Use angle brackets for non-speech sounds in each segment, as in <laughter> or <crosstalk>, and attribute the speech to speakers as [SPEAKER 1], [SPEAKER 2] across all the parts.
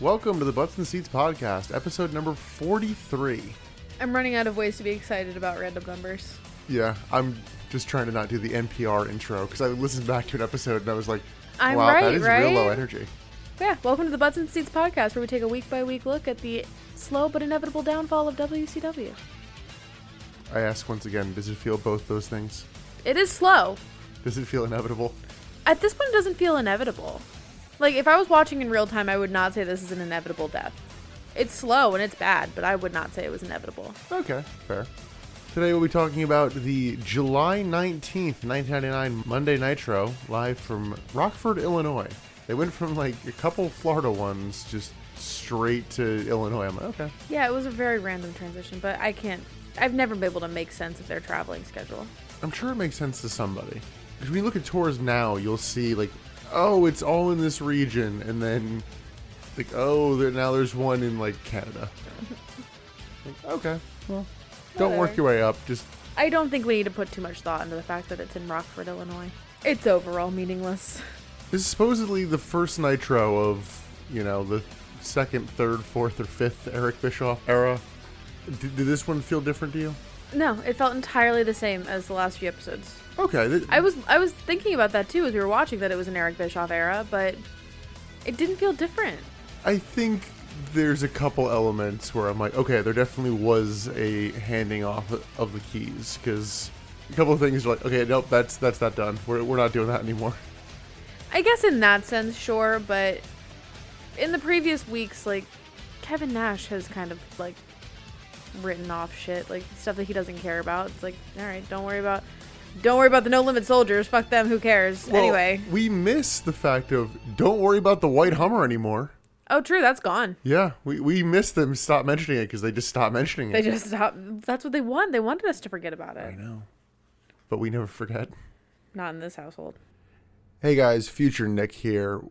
[SPEAKER 1] Welcome to the Butts and Seats podcast, episode number 43.
[SPEAKER 2] I'm running out of ways to be excited about random numbers.
[SPEAKER 1] Yeah, I'm just trying to not do the NPR intro because I listened back to an episode and I was like,
[SPEAKER 2] I'm
[SPEAKER 1] wow, that
[SPEAKER 2] right,
[SPEAKER 1] is real
[SPEAKER 2] right?
[SPEAKER 1] low energy.
[SPEAKER 2] Yeah, welcome to the Butts and Seats podcast, where we take a week by week look at the slow but inevitable downfall of WCW.
[SPEAKER 1] I ask once again, does it feel both those things?
[SPEAKER 2] It is slow.
[SPEAKER 1] Does it feel inevitable?
[SPEAKER 2] At this point, it doesn't feel inevitable. Like, if I was watching in real time, I would not say this is an inevitable death. It's slow and it's bad, but I would not say it was inevitable.
[SPEAKER 1] Okay, fair. Today we'll be talking about the July 19th, 1999 Monday Nitro live from Rockford, Illinois. They went from like a couple Florida ones just straight to Illinois. I'm like, okay.
[SPEAKER 2] Yeah, it was a very random transition, but I can't. I've never been able to make sense of their traveling schedule.
[SPEAKER 1] I'm sure it makes sense to somebody. 'Cause when you look at tours now, you'll see like, oh, it's all in this region, and then like, oh, there, now there's one in like
[SPEAKER 2] <laughs>
[SPEAKER 1] Canada. like, okay, well, don't work
[SPEAKER 2] Whatever.
[SPEAKER 1] your way up. Just
[SPEAKER 2] I don't think we need to put too much thought into the fact that it's in Rockford, Illinois. It's overall meaningless. <laughs>
[SPEAKER 1] this is supposedly the first Nitro of you know the second, third, fourth, or fifth Eric Bischoff era. Did, did this one feel different to you?
[SPEAKER 2] No, it felt entirely the same as the last few episodes.
[SPEAKER 1] Okay, th-
[SPEAKER 2] I was I was thinking about that too as we were watching that it was an Eric Bischoff era, but it didn't feel different.
[SPEAKER 1] I think there's a couple elements where I'm like, okay, there definitely was a handing off of the keys because a couple of things are like, okay, nope, that's that's not done. We're, we're not doing that anymore.
[SPEAKER 2] I guess in that sense, sure, but in the previous weeks, like Kevin Nash has kind of like written off shit, like stuff that he doesn't care about. It's like, all right, don't worry about, don't worry about the No Limit Soldiers. Fuck them. Who cares?
[SPEAKER 1] Well,
[SPEAKER 2] <laughs> anyway.
[SPEAKER 1] we miss the fact of don't worry about the white Hummer anymore.
[SPEAKER 2] Oh, true. That's gone.
[SPEAKER 1] Yeah, we we miss them stop mentioning it because they just stop mentioning
[SPEAKER 2] They
[SPEAKER 1] it.
[SPEAKER 2] just <laughs> stopped. That's what they want. They wanted us to forget about
[SPEAKER 1] I
[SPEAKER 2] it.
[SPEAKER 1] know, but we never forget.
[SPEAKER 2] Not in this household.
[SPEAKER 1] Hey guys, future Nick here.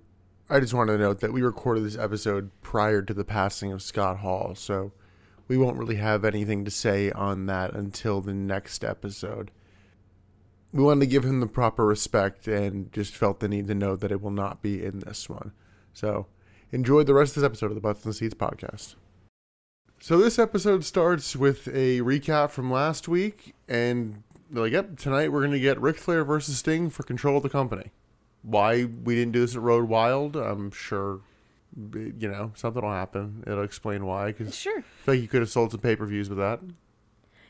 [SPEAKER 1] I just wanted to note that we recorded this episode prior to the passing of Scott Hall, so we won't really have anything to say on that until the next episode. We wanted to give him the proper respect and just felt the need to know that it will not be in this one. So enjoy the rest of this episode of the Butts and Seats podcast. So this episode starts with a recap from last week, and they're like, yep, tonight we're going to get Ric Flair versus Sting for control of the company why we didn't do this at Road Wild, I'm sure, you know, something will happen. It'll explain why. Because
[SPEAKER 2] Sure.
[SPEAKER 1] I feel like you could have sold some pay per views with that.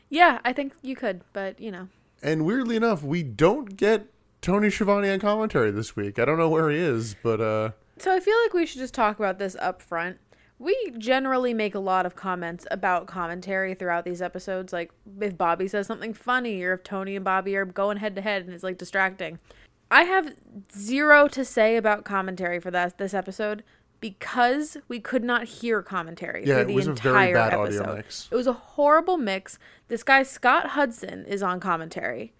[SPEAKER 2] Yeah, I think you could, but you know,
[SPEAKER 1] And weirdly enough, we don't get Tony Schiavone on commentary this week. I don't know where he is, but uh,
[SPEAKER 2] So I feel like we should just talk about this up front. We generally make a lot of comments about commentary throughout these episodes, like if Bobby says something funny or if Tony and Bobby are going head to head and it's like distracting. I have zero to say about commentary for that this episode because we could not hear commentary
[SPEAKER 1] Yeah,
[SPEAKER 2] for
[SPEAKER 1] it
[SPEAKER 2] the
[SPEAKER 1] was a
[SPEAKER 2] entire
[SPEAKER 1] very bad audio
[SPEAKER 2] episode.
[SPEAKER 1] mix.
[SPEAKER 2] It was a horrible mix. This guy Scott Hudson is on commentary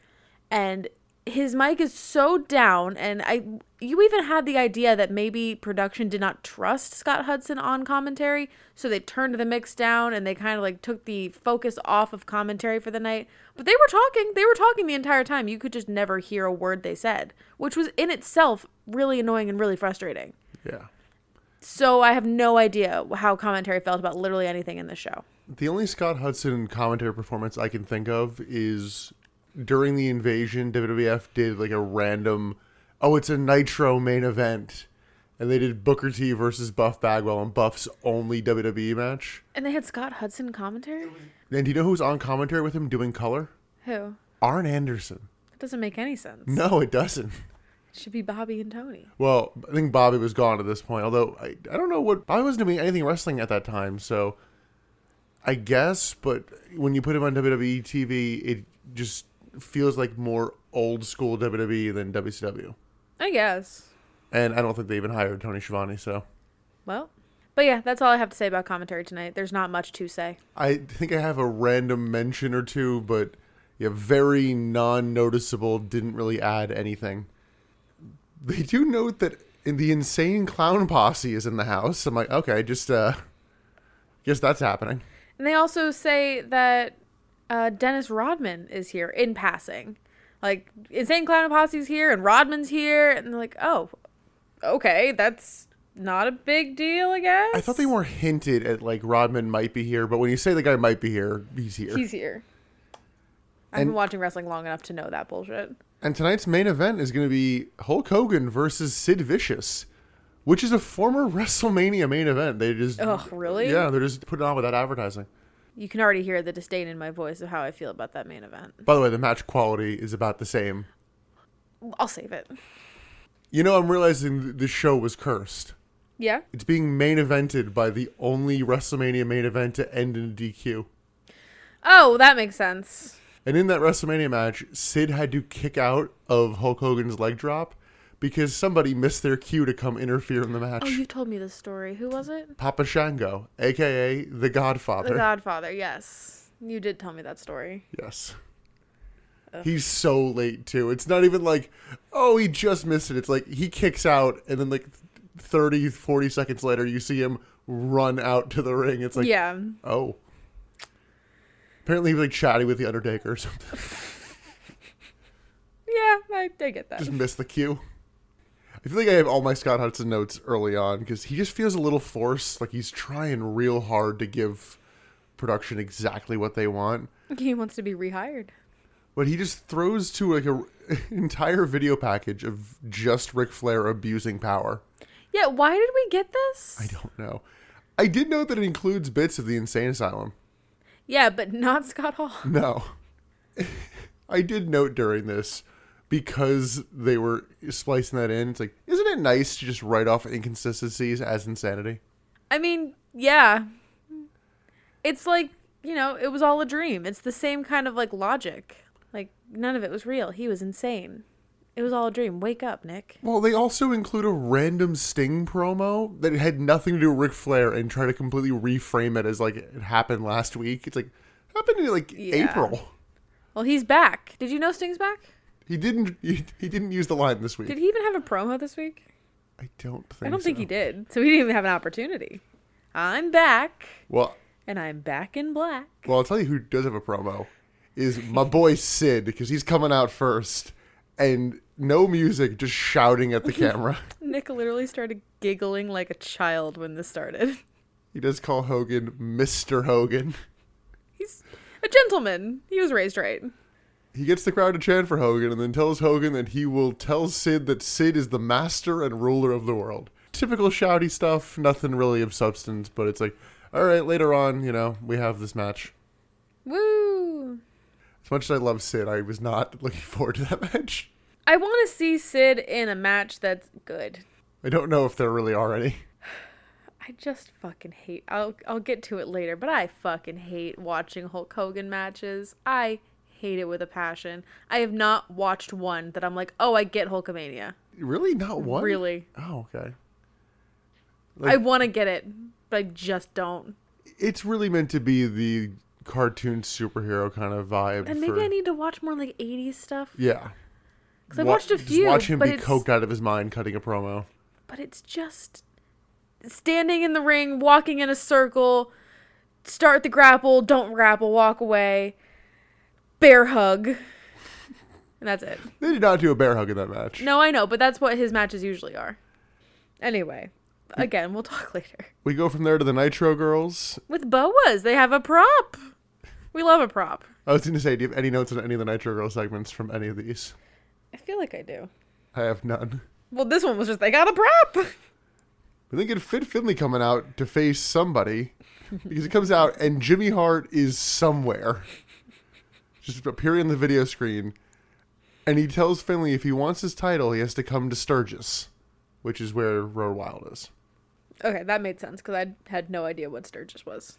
[SPEAKER 2] and his mic is so down and i you even had the idea that maybe production did not trust scott hudson on commentary so they turned the mix down and they kind of like took the focus off of commentary for the night but they were talking they were talking the entire time you could just never hear a word they said which was in itself really annoying and really frustrating
[SPEAKER 1] yeah.
[SPEAKER 2] so i have no idea how commentary felt about literally anything in the show
[SPEAKER 1] The only Scott Hudson commentary performance I can think of is during the invasion, WWF did like a random, oh, it's a Nitro main event. And they did Booker T versus Buff Bagwell and Buff's only WWE match.
[SPEAKER 2] and they had scott hudson commentary
[SPEAKER 1] And do you know who's on commentary with him doing color?
[SPEAKER 2] who
[SPEAKER 1] Arn Anderson.
[SPEAKER 2] that doesn't make any sense
[SPEAKER 1] No, it doesn't.
[SPEAKER 2] should be bobby and tony
[SPEAKER 1] Well, I think Bobby was gone at this point, although I, I don't know what. Bobby wasn't doing anything wrestling at that time, so I guess, but when you put him on WWE TV, it just feels like more old school WWE than WCW.
[SPEAKER 2] i guess
[SPEAKER 1] And I don't think they even hired Tony Schiavone, so.
[SPEAKER 2] Well, but yeah, that's all I have to say about commentary tonight. There's not much to say.
[SPEAKER 1] I think I have a random mention or two, but yeah, very non noticeable, didn't really add anything. They do note that in the insane clown posse is in the house. I'm like, okay, just uh guess that's happening.
[SPEAKER 2] And they also say that uh, Dennis Rodman is here in passing. Like, Insane Clown and Posse's here, and Rodman's here. And they're like, oh, okay, that's not a big deal, I guess.
[SPEAKER 1] I thought they more hinted at like Rodman might be here, but when you say the guy might be here, he's here.
[SPEAKER 2] He's here. I've
[SPEAKER 1] And-
[SPEAKER 2] been watching wrestling long enough to know that bullshit.
[SPEAKER 1] and tonight's main event is going to be Hulk Hogan versus Sid Vicious, which is a former <laughs> WrestleMania main event. They just
[SPEAKER 2] Ugh, really?
[SPEAKER 1] yeah, they're just putting it on without advertising.
[SPEAKER 2] You can already hear the disdain in my voice of how I feel about that main event.
[SPEAKER 1] By the way, the match quality is about the same.
[SPEAKER 2] I'll save it.
[SPEAKER 1] You know, I'm realizing th- this show was cursed.
[SPEAKER 2] Yeah.
[SPEAKER 1] It's being main evented by the only WrestleMania main event to end in a DQ.
[SPEAKER 2] Oh, that makes sense.
[SPEAKER 1] And in that WrestleMania match, Sid had to kick out of Hulk Hogan's leg drop because somebody missed their cue to come interfere in the match.
[SPEAKER 2] Oh, you told me this story. Who was it?
[SPEAKER 1] Papa Shango, aka the Godfather.
[SPEAKER 2] The Godfather. Yes, you did tell me that story.
[SPEAKER 1] Yes. He's so late too. It's not even like, oh, he just missed it. It's like he kicks out and then like 30, 40 seconds later you see him run out to the ring. It's like,
[SPEAKER 2] yeah.
[SPEAKER 1] oh. Apparently he was like chatting with the Undertaker or something. <laughs>
[SPEAKER 2] Yeah, I, I get that.
[SPEAKER 1] just missed the cue. I feel like I have all my Scott Hudson notes early on because he just feels a little forced. Like he's trying real hard to give production exactly what they want.
[SPEAKER 2] He wants to be rehired.
[SPEAKER 1] But he just throws to like a <laughs> entire video package of just Ric Flair abusing power.
[SPEAKER 2] Yeah, why did we get this?
[SPEAKER 1] I don't know. I did know that it includes bits of the insane asylum.
[SPEAKER 2] Yeah, but not Scott Hall.
[SPEAKER 1] No. <laughs> I did note during this because they were splicing that in. It's like, isn't it nice to just write off inconsistencies as insanity?
[SPEAKER 2] I mean, yeah. It's like, you know, it was all a dream. It's the same kind of like logic. Like none of it was real. He was insane. It was all a dream. Wake up, Nick.
[SPEAKER 1] Well, they also include a random Sting promo that had nothing to do with Ric Flair and try to completely reframe it as like it happened last week. It's like happened in like
[SPEAKER 2] Yeah.
[SPEAKER 1] April.
[SPEAKER 2] Well, he's back. Did you know Sting's back?
[SPEAKER 1] He didn't. He, he didn't use the line this week.
[SPEAKER 2] Did he even have a promo this week?
[SPEAKER 1] I don't think.
[SPEAKER 2] I don't think
[SPEAKER 1] so.
[SPEAKER 2] he did. So he didn't even have an opportunity. I'm back
[SPEAKER 1] Well,
[SPEAKER 2] and I'm back in black. <laughs>
[SPEAKER 1] well, I'll tell you who does have a promo is my boy Sid because he's coming out first and no music, just shouting
[SPEAKER 2] <laughs>
[SPEAKER 1] at the camera.
[SPEAKER 2] Nick literally started giggling like a child when this started. <laughs>
[SPEAKER 1] he does call Hogan Mister Hogan.
[SPEAKER 2] He's a gentleman. He was raised right.
[SPEAKER 1] He gets the crowd to chant for Hogan and then tells Hogan that he will tell Sid that Sid is the master and ruler of the world. Typical shouty stuff, nothing really of substance, but it's like, all right, later on, you know, we have this match.
[SPEAKER 2] Woo!
[SPEAKER 1] As much as I love Sid, I was not <laughs> looking forward to that match.
[SPEAKER 2] I want to see Sid in a match that's good.
[SPEAKER 1] I don't know if there really are any.
[SPEAKER 2] I just fucking hate. I'll I'll get to it later, but I fucking hate watching Hulk Hogan matches. I hate it with a passion. I have not watched one that I'm like, "Oh, I get Hulkamania."
[SPEAKER 1] Really? Not one?
[SPEAKER 2] Really.
[SPEAKER 1] Oh, okay.
[SPEAKER 2] I want to get it, but I just don't.
[SPEAKER 1] It's really meant to be the cartoon superhero kind of vibe.
[SPEAKER 2] And maybe
[SPEAKER 1] for,
[SPEAKER 2] I need to watch more like 80s stuff
[SPEAKER 1] Yeah.
[SPEAKER 2] cuz I
[SPEAKER 1] Wa-
[SPEAKER 2] watched a
[SPEAKER 1] just
[SPEAKER 2] few,
[SPEAKER 1] watch him
[SPEAKER 2] but
[SPEAKER 1] be
[SPEAKER 2] it's
[SPEAKER 1] coked out of his mind cutting a promo.
[SPEAKER 2] but it's just standing in the ring, walking in a circle, start the grapple, don't grapple, walk away, bear hug. And that's it.
[SPEAKER 1] They did not do a bear hug in that match.
[SPEAKER 2] No, I know, but that's what his matches usually are. Anyway,
[SPEAKER 1] Hmm.
[SPEAKER 2] again, we'll talk later.
[SPEAKER 1] We go from there to the Nitro Girls.
[SPEAKER 2] With boas, they have a prop. We love a prop.
[SPEAKER 1] I was going to say, do you have any notes on any of the Nitro Girls segments from any of these?
[SPEAKER 2] I feel like I do.
[SPEAKER 1] I have none.
[SPEAKER 2] Well, this one was just they got a prop.
[SPEAKER 1] But they get Fit Finley coming out to face somebody because he comes out and Jimmy Hart is somewhere, just appearing on the video screen, and he tells Finley if he wants his title, he has to come to Sturgis, which is where Road Wild is.
[SPEAKER 2] Okay, that made sense because I had no idea what Sturgis was.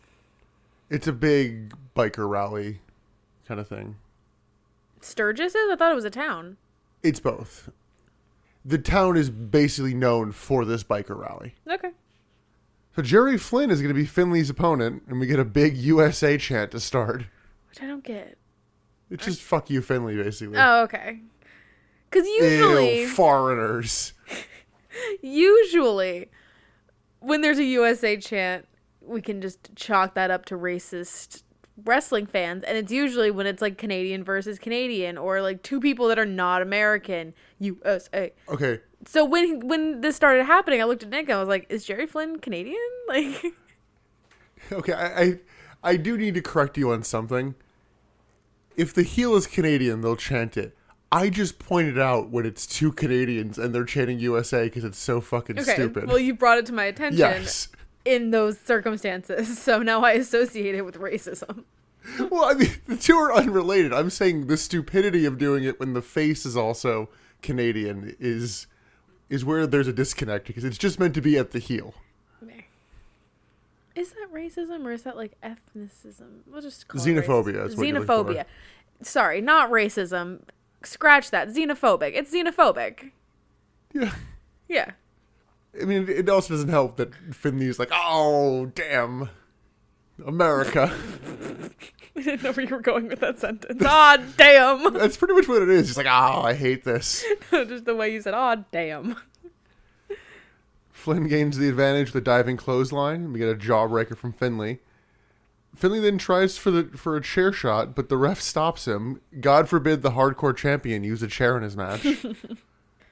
[SPEAKER 1] It's a big biker rally kind of thing.
[SPEAKER 2] Sturgis is? I thought it was a town.
[SPEAKER 1] It's both. The town is basically known for this biker rally.
[SPEAKER 2] Okay.
[SPEAKER 1] So Jerry Flynn is going to be Finley's opponent, and we get a big USA chant to start.
[SPEAKER 2] Which I don't get.
[SPEAKER 1] It's just fuck you, Finley, basically.
[SPEAKER 2] Oh, okay. Because usually,
[SPEAKER 1] Ew, foreigners.
[SPEAKER 2] usually, when there's a USA chant, we can just chalk that up to racist wrestling fans and it's usually when it's like Canadian versus Canadian or like two people that are not American, USA.
[SPEAKER 1] Okay,
[SPEAKER 2] So when when this started happening, I looked at Nick and I was like, "Is Jerry Flynn Canadian?" <laughs> Like
[SPEAKER 1] okay, I, I I do need to correct you on something. If the heel is Canadian, they'll chant it. I just pointed out when it's two Canadians and they're chanting USA because it's so fucking
[SPEAKER 2] Okay.
[SPEAKER 1] stupid.
[SPEAKER 2] Well, you brought it to my attention
[SPEAKER 1] yes. <laughs>
[SPEAKER 2] in those circumstances. <laughs> So now I associate it with racism.
[SPEAKER 1] Well, I mean, the two are unrelated. I'm saying the stupidity of doing it when the face is also Canadian is is where there's a disconnect because it's just meant to be at the heel.
[SPEAKER 2] Is that racism or is that like ethnicism? We'll just call
[SPEAKER 1] Xenophobia
[SPEAKER 2] It racism.
[SPEAKER 1] is what you're looking
[SPEAKER 2] xenophobia. Sorry, not racism. Scratch that. Xenophobic. It's xenophobic.
[SPEAKER 1] Yeah.
[SPEAKER 2] Yeah. <laughs>
[SPEAKER 1] I mean, it also doesn't help that Finley's like, "Oh, damn, America." <laughs>
[SPEAKER 2] I didn't know where you were going with that sentence. Ah, damn. <laughs>
[SPEAKER 1] That's pretty much what it is. He's like, "Oh, I hate this."
[SPEAKER 2] just the way you said, ah, damn.
[SPEAKER 1] Flynn gains the advantage with a diving clothesline, and we get a jawbreaker from Finley. Finley then tries for the for a chair shot, but the ref stops him. God forbid the hardcore champion use a chair in his match.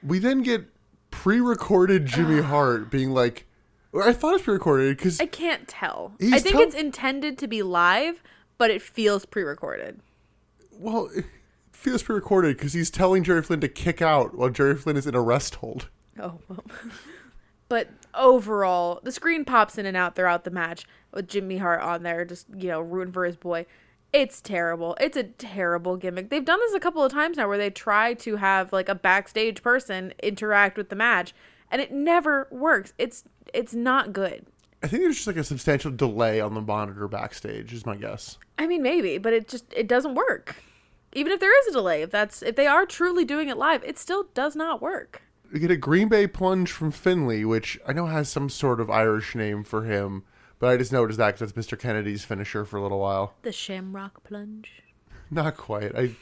[SPEAKER 1] we then get pre-recorded Jimmy Hart being like, "I thought it was pre-recorded because
[SPEAKER 2] I can't tell. I
[SPEAKER 1] He's
[SPEAKER 2] think
[SPEAKER 1] tell-
[SPEAKER 2] it's intended to be live, but it feels pre recorded.
[SPEAKER 1] well, it feels pre-recorded because he's telling Jerry Flynn to kick out while Jerry Flynn is in a rest hold."
[SPEAKER 2] Oh well. but overall, the screen pops in and out throughout the match with Jimmy Hart on there, just you know, rooting for his boy. It's terrible. It's a terrible gimmick. They've done this a couple of times now where they try to have like a backstage person interact with the match and it never works. It's it's not good.
[SPEAKER 1] I think there's just like a substantial delay on the monitor backstage, is my guess.
[SPEAKER 2] I mean maybe, but it just it doesn't work. Even if there is a delay, if that's if they are truly doing it live, it still does not work.
[SPEAKER 1] We get a Green Bay plunge from Finley, which I know has some sort of Irish name for him, but I just noticed that because that's Mr. Kennedy's finisher for a little while.
[SPEAKER 2] The Shamrock plunge,
[SPEAKER 1] Not quite. I.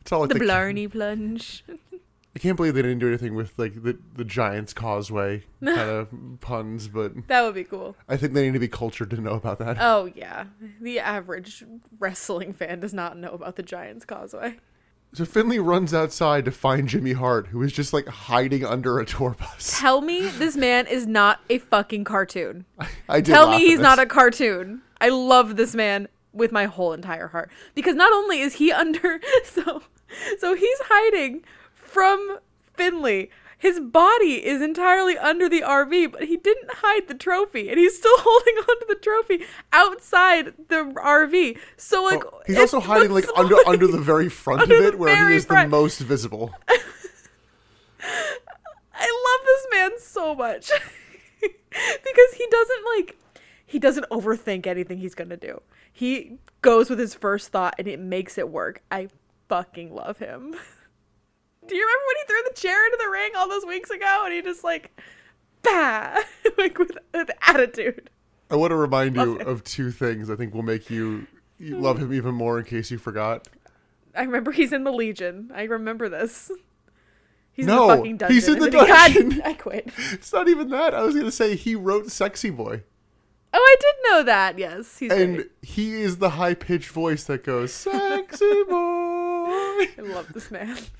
[SPEAKER 1] It's all like
[SPEAKER 2] the
[SPEAKER 1] the,
[SPEAKER 2] Blarney plunge. <laughs>
[SPEAKER 1] I can't believe they didn't do anything with like the the Giants Causeway kind of puns, but
[SPEAKER 2] that would be cool.
[SPEAKER 1] I think they need to be cultured to know about that.
[SPEAKER 2] Oh yeah, the average wrestling fan does not know about the Giants Causeway.
[SPEAKER 1] so Finley runs outside to find Jimmy Hart, who is just like hiding under a tour bus.
[SPEAKER 2] Tell me this man is not a fucking cartoon.
[SPEAKER 1] <laughs> I did
[SPEAKER 2] Tell
[SPEAKER 1] laugh
[SPEAKER 2] me
[SPEAKER 1] at
[SPEAKER 2] he's
[SPEAKER 1] this.
[SPEAKER 2] not a cartoon. I love this man with my whole entire heart because not only is he <laughs> under so so he's hiding from Finley. His body is entirely under the RV, but he didn't hide the trophy, and he's still <laughs> holding onto the trophy outside the RV. So like <laughs>
[SPEAKER 1] He's
[SPEAKER 2] it
[SPEAKER 1] also hiding like
[SPEAKER 2] looks
[SPEAKER 1] under under the very front of
[SPEAKER 2] Under the
[SPEAKER 1] it, where
[SPEAKER 2] very
[SPEAKER 1] he is the
[SPEAKER 2] front.
[SPEAKER 1] most visible.
[SPEAKER 2] I love this man so much <laughs> because he doesn't like he doesn't overthink anything he's gonna do. He goes with his first thought and it makes it work. I fucking love him. <laughs> Do you remember when he threw the chair into the ring all those weeks ago and he just like bah <laughs> like with, with attitude.
[SPEAKER 1] I want to remind you of two things I think will make you
[SPEAKER 2] Hmm.
[SPEAKER 1] you love him even more in case you forgot.
[SPEAKER 2] I remember he's in the Legion. I remember this. He's in
[SPEAKER 1] No,
[SPEAKER 2] the fucking dungeon.
[SPEAKER 1] he's in
[SPEAKER 2] isn't
[SPEAKER 1] the
[SPEAKER 2] he? God,
[SPEAKER 1] dungeon.
[SPEAKER 2] <laughs> I quit.
[SPEAKER 1] It's not even that. I was going to say he wrote Sexy Boy.
[SPEAKER 2] Oh, I did know that. Yes, he's great.
[SPEAKER 1] And he is the high pitched voice that goes, Sexy <laughs> Boy.
[SPEAKER 2] I love this man. <laughs>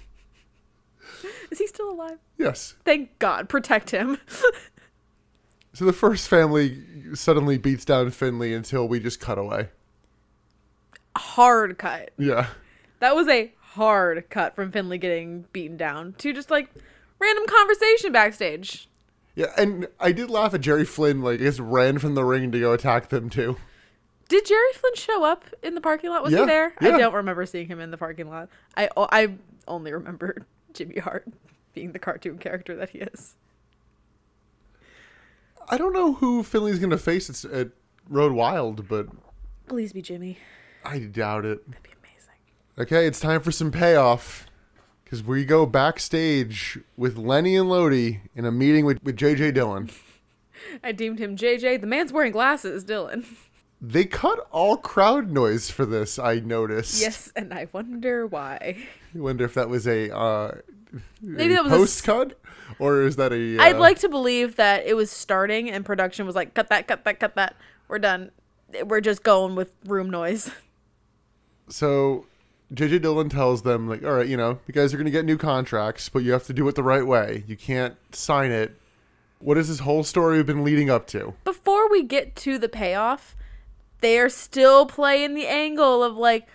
[SPEAKER 2] Is he still alive?
[SPEAKER 1] Yes.
[SPEAKER 2] Thank God, protect him. <laughs>
[SPEAKER 1] So the first family suddenly beats down Finley until we just cut away.
[SPEAKER 2] hard cut.
[SPEAKER 1] Yeah.
[SPEAKER 2] That was a hard cut from Finley getting beaten down to just like random conversation backstage.
[SPEAKER 1] Yeah. And I did laugh at Jerry Flynn, like, just ran from the ring to go attack them too.
[SPEAKER 2] Did Jerry Flynn show up in the parking lot? Was
[SPEAKER 1] Yeah,
[SPEAKER 2] he there?
[SPEAKER 1] yeah.
[SPEAKER 2] I don't remember seeing him in the parking lot. I o- I only remember <laughs> Jimmy Hart being the cartoon character that he is.
[SPEAKER 1] I don't know who Finley's going to face at, at Road Wild, but
[SPEAKER 2] Please be Jimmy.
[SPEAKER 1] I doubt it.
[SPEAKER 2] That'd be amazing.
[SPEAKER 1] Okay, it's time for some payoff because we go backstage with Lenny and Lodi in a meeting with, with JJ Dillon.
[SPEAKER 2] I deemed him JJ. The man's wearing glasses, Dylan.
[SPEAKER 1] They cut all crowd noise for this, I noticed.
[SPEAKER 2] Yes, and I wonder why.
[SPEAKER 1] I wonder if that was a, uh,
[SPEAKER 2] Maybe that was a
[SPEAKER 1] post cut or is that a.
[SPEAKER 2] I'd
[SPEAKER 1] uh,
[SPEAKER 2] like to believe that it was starting and production was like, cut that, cut that, cut that. We're done. we're just going with room noise. <laughs>
[SPEAKER 1] So JJ Dillon tells them, like, all right, you know, you guys are going to get new contracts, but you have to do it the right way. You can't sign it. What is this whole story we've been leading up to?
[SPEAKER 2] Before we get to the payoff, they're still playing the angle of like,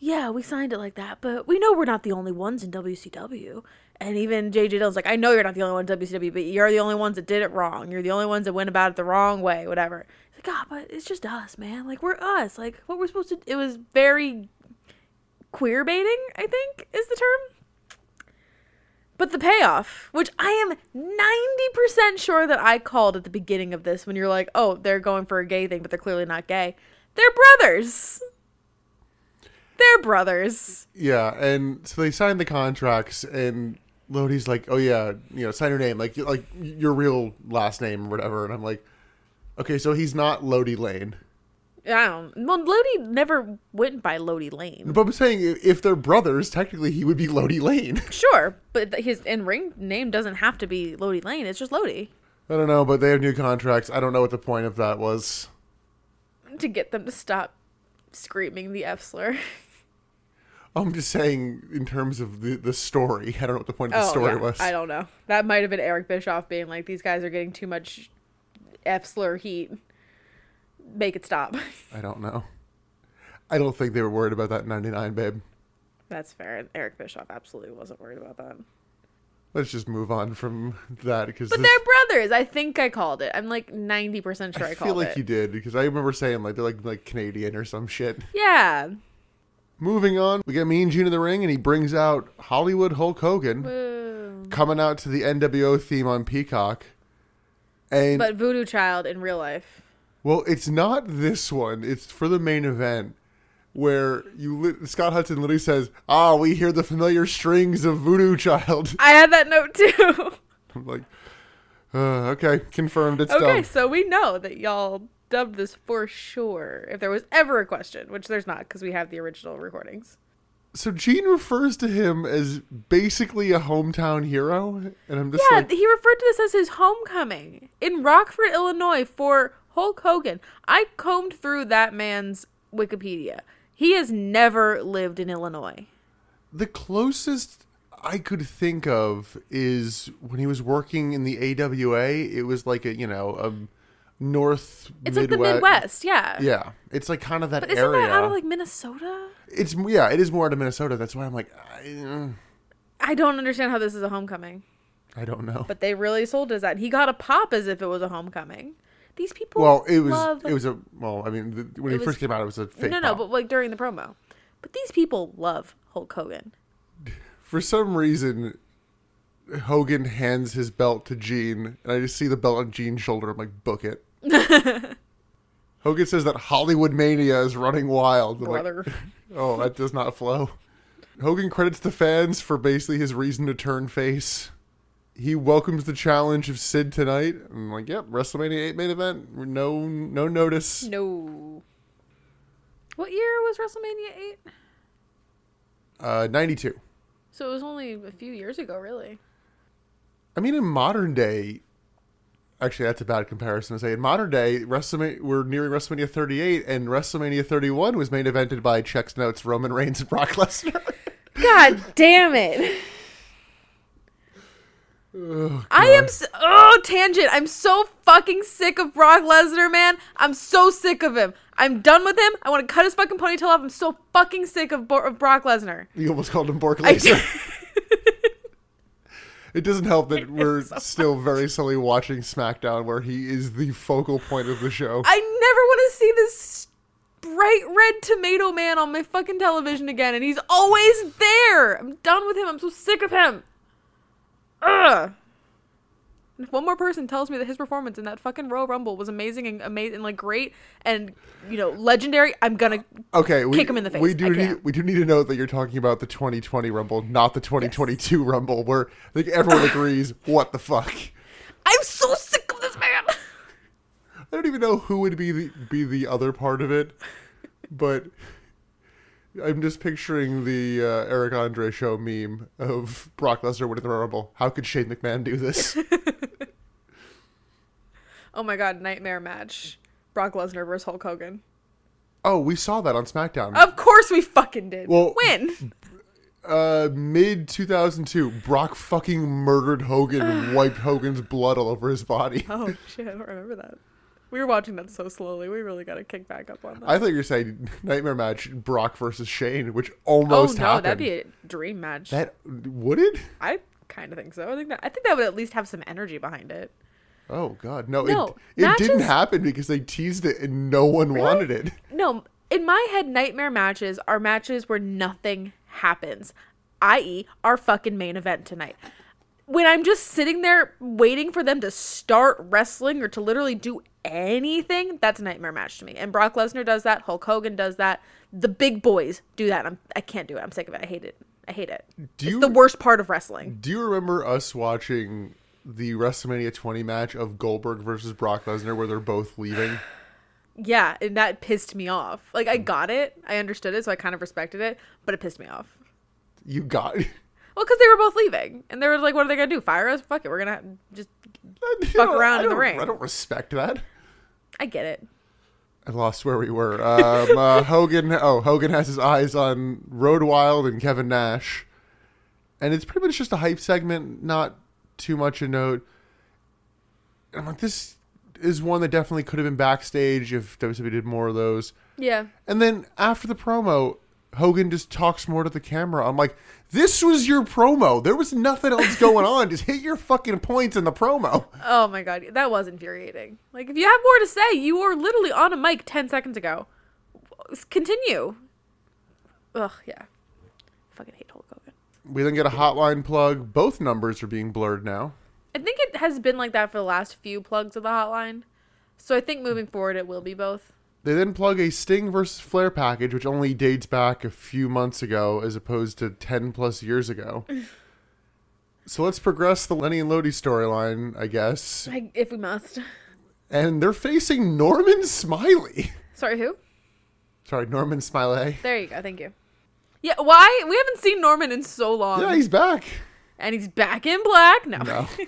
[SPEAKER 2] yeah, we signed it like that, but we know we're not the only ones in WCW. And even JJ Dillon's like, I know you're not the only one in WCW, but you're the only ones that did it wrong. You're the only ones that went about it the wrong way, whatever. He's like, God, but it's just us, man. Like, we're us. Like, what we're supposed to. It was very queer baiting, I think is the term. But the payoff, which I am 90% sure that I called at the beginning of this when you're like, oh, they're going for a gay thing, but they're clearly not gay. They're brothers. They're brothers.
[SPEAKER 1] Yeah, and so they signed the contracts, and Lodi's like, "Oh yeah, you know, sign your name, like like your real last name or whatever." And I'm like, "Okay, so he's not Lodi Lane."
[SPEAKER 2] I don't. Well, Lodi never went by Lodi Lane.
[SPEAKER 1] But I'm saying i- if they're brothers, technically he would be Lodi Lane. <laughs>
[SPEAKER 2] Sure, but th- his in ring name doesn't have to be Lodi Lane. It's just Lodi
[SPEAKER 1] I don't know, but they have new contracts. I don't know what the point of that was.
[SPEAKER 2] to get them to stop screaming the F slur. <laughs>
[SPEAKER 1] I'm just saying in terms of the, the story. I don't know what the point of the
[SPEAKER 2] Oh,
[SPEAKER 1] story
[SPEAKER 2] yeah.
[SPEAKER 1] was.
[SPEAKER 2] I don't know. That might have been Eric Bischoff being like, "These guys are getting too much F slur heat. Make it stop." <laughs>
[SPEAKER 1] I don't know. I don't think they were worried about that 99, babe.
[SPEAKER 2] That's fair. Eric Bischoff absolutely wasn't worried about that.
[SPEAKER 1] Let's just move on from that because
[SPEAKER 2] But they're brothers. I think I called it. I'm like 90% sure I,
[SPEAKER 1] I feel
[SPEAKER 2] called
[SPEAKER 1] like
[SPEAKER 2] it.
[SPEAKER 1] you did because I remember saying like they're like like Canadian or some shit.
[SPEAKER 2] yeah.
[SPEAKER 1] Moving on, we get Mean Gene in the ring and he brings out Hollywood Hulk Hogan
[SPEAKER 2] Woo.
[SPEAKER 1] coming out to the NWO theme on Peacock. And
[SPEAKER 2] But Voodoo Child in real life.
[SPEAKER 1] Well, it's not this one. It's for the main event where you li- Scott Hudson literally says, "Ah, we hear the familiar strings of Voodoo Child." <laughs>
[SPEAKER 2] I had that note too. <laughs>
[SPEAKER 1] I'm like, uh, okay, confirmed. It's
[SPEAKER 2] okay,
[SPEAKER 1] done.
[SPEAKER 2] so we know that y'all dubbed this for sure. If there was ever a question, which there's not because we have the original recordings.
[SPEAKER 1] So Gene refers to him as basically a hometown hero, and I'm just
[SPEAKER 2] Yeah,
[SPEAKER 1] like,
[SPEAKER 2] he referred to this as his homecoming in Rockford, Illinois for Hulk Hogan. I combed through that man's Wikipedia. He has never lived in Illinois.
[SPEAKER 1] the closest I could think of is when he was working in the AWA. It was like a you know a north.
[SPEAKER 2] It's like the
[SPEAKER 1] Midwe-
[SPEAKER 2] Midwest, yeah.
[SPEAKER 1] Yeah, it's like kind of that
[SPEAKER 2] But isn't
[SPEAKER 1] area.
[SPEAKER 2] that out of like Minnesota?
[SPEAKER 1] It's yeah, it is more out of Minnesota. That's why I'm like, I, uh,
[SPEAKER 2] I don't understand how this is a homecoming.
[SPEAKER 1] I don't know.
[SPEAKER 2] But they really sold us that. He got a pop as if it was a homecoming. These people
[SPEAKER 1] well, it was
[SPEAKER 2] love
[SPEAKER 1] it was a well. I mean, the, when
[SPEAKER 2] It
[SPEAKER 1] he
[SPEAKER 2] was-
[SPEAKER 1] first came out, it was a fake.
[SPEAKER 2] No, no,
[SPEAKER 1] pop.
[SPEAKER 2] but like during the promo. But these people love Hulk Hogan. <laughs>
[SPEAKER 1] for some reason, Hogan hands his belt to Gene, and I just see the belt on Gene's shoulder. I'm like, book it. Hogan says that Hollywood mania is running wild. I'm like,
[SPEAKER 2] Brother.
[SPEAKER 1] <laughs> oh, that does not flow. Hogan credits the fans for basically his reason to turn face. He welcomes the challenge of Sid tonight. I'm like, yep, WrestleMania 8 main event. No, no notice.
[SPEAKER 2] no. What year was WrestleMania 8?
[SPEAKER 1] Uh, 92.
[SPEAKER 2] So it was only a few years ago, really.
[SPEAKER 1] I mean, in modern day, actually, that's a bad comparison to say. In modern day, WrestleMania, we're nearing WrestleMania 38, and WrestleMania 31 was main evented by Chex Notes, Roman Reigns, and Brock Lesnar. <laughs>
[SPEAKER 2] God damn it. I am so, oh tangent. I'm so fucking sick of Brock Lesnar, man. I'm so sick of him. I'm done with him. I want to cut his fucking ponytail off. I'm so fucking sick of, Bo- of Brock Lesnar.
[SPEAKER 1] you almost called him Bork
[SPEAKER 2] <laughs> I do-
[SPEAKER 1] Lesnar. It doesn't help
[SPEAKER 2] <laughs>
[SPEAKER 1] that we're still very slowly watching SmackDown, where he is the focal point of the show.
[SPEAKER 2] I never want to see this bright red tomato man on my fucking television again, and he's always there. I'm done with him. I'm so sick of him. Ugh. And If one more person tells me that his performance in that fucking Royal Rumble was amazing and amazing, and like great and you know legendary, I'm gonna.
[SPEAKER 1] Okay, we,
[SPEAKER 2] Kick him in the face.
[SPEAKER 1] We
[SPEAKER 2] I
[SPEAKER 1] do need
[SPEAKER 2] can't.
[SPEAKER 1] we do need to note that you're talking about the 2020 Rumble, not the 2022 Rumble, where I think
[SPEAKER 2] <laughs>
[SPEAKER 1] everyone agrees. What the fuck?
[SPEAKER 2] I'm so sick of this man. <laughs>
[SPEAKER 1] I don't even know who would be the be the other part of it, but I'm just picturing the uh, Eric Andre show meme of Brock Lesnar winning the Royal Rumble. How could Shane
[SPEAKER 2] <laughs>
[SPEAKER 1] McMahon do this?
[SPEAKER 2] oh my god, nightmare match. Brock Lesnar versus Hulk Hogan.
[SPEAKER 1] Oh, we saw that on SmackDown.
[SPEAKER 2] Of course we fucking did.
[SPEAKER 1] Well-
[SPEAKER 2] when?
[SPEAKER 1] Uh, mid 2002, Brock fucking murdered Hogan
[SPEAKER 2] <sighs>
[SPEAKER 1] and wiped Hogan's blood all over his body.
[SPEAKER 2] Oh <laughs> shit, I don't remember that. We were watching that so slowly. We really got to kick back up on that.
[SPEAKER 1] I thought you were saying nightmare match Brock versus Shane, which
[SPEAKER 2] oh no,
[SPEAKER 1] almost happened.
[SPEAKER 2] that'd be a dream match.
[SPEAKER 1] that would it?
[SPEAKER 2] I kind of think so. I think that I think that would at least have some energy behind it.
[SPEAKER 1] Oh god, no!
[SPEAKER 2] No,
[SPEAKER 1] it it didn't
[SPEAKER 2] matches-
[SPEAKER 1] happen because they teased it and no one wanted it.
[SPEAKER 2] No, in my head, nightmare matches are matches where nothing happens, i.e., our fucking main event tonight. When I'm just sitting there waiting for them to start wrestling or to literally do anything, that's a nightmare match to me. And Brock Lesnar does that. Hulk Hogan does that. The big boys do that. I'm, I can't do it. I'm sick of it. I hate it. I hate it.
[SPEAKER 1] Do
[SPEAKER 2] it's
[SPEAKER 1] you-
[SPEAKER 2] the worst part of wrestling.
[SPEAKER 1] Do you remember us watching the WrestleMania 20 match of Goldberg versus Brock Lesnar where they're both leaving?
[SPEAKER 2] Yeah, and that pissed me off. Like
[SPEAKER 1] Mm.
[SPEAKER 2] I got it, I understood it, so I kind of respected it, but it pissed me off.
[SPEAKER 1] You got <laughs>
[SPEAKER 2] Well, because they were both leaving, and they were like, "What are they gonna do? Fire us? Fuck it, we're gonna just."
[SPEAKER 1] fuck
[SPEAKER 2] around in the ring.
[SPEAKER 1] I don't respect that.
[SPEAKER 2] I get it.
[SPEAKER 1] I lost where we were. Um, uh, Hogan. Oh, Hogan has his eyes on Road Wild and Kevin Nash, and it's pretty much just a hype segment, not too much a note. And I'm like, this is one that definitely could have been backstage if WWE did more of those.
[SPEAKER 2] Yeah,
[SPEAKER 1] And then after the promo, Hogan just talks more to the camera. I'm like, this was your promo. There was nothing else going on. Just hit your fucking points in the promo.
[SPEAKER 2] Oh my god, that was infuriating. Like, if you have more to say, you were literally on a mic 10 seconds ago. Continue. Ugh, yeah. Fucking hate Hulk Hogan.
[SPEAKER 1] We then get a hotline plug. Both numbers are being blurred now.
[SPEAKER 2] I think it has been like that for the last few plugs of the hotline. So I think moving forward, it will be both.
[SPEAKER 1] They then plug a Sting versus Flair package, which only dates back a few months ago as opposed to 10 plus years ago. so let's progress the Lenny and Lodi storyline, I guess.
[SPEAKER 2] I, if we must.
[SPEAKER 1] And they're facing Norman Smiley. <laughs>
[SPEAKER 2] Sorry, who?
[SPEAKER 1] Sorry, Norman Smiley.
[SPEAKER 2] There you go. Thank you. Yeah, why? We haven't seen Norman in so long.
[SPEAKER 1] Yeah, he's back.
[SPEAKER 2] and he's back in black. No.
[SPEAKER 1] No.
[SPEAKER 2] <laughs>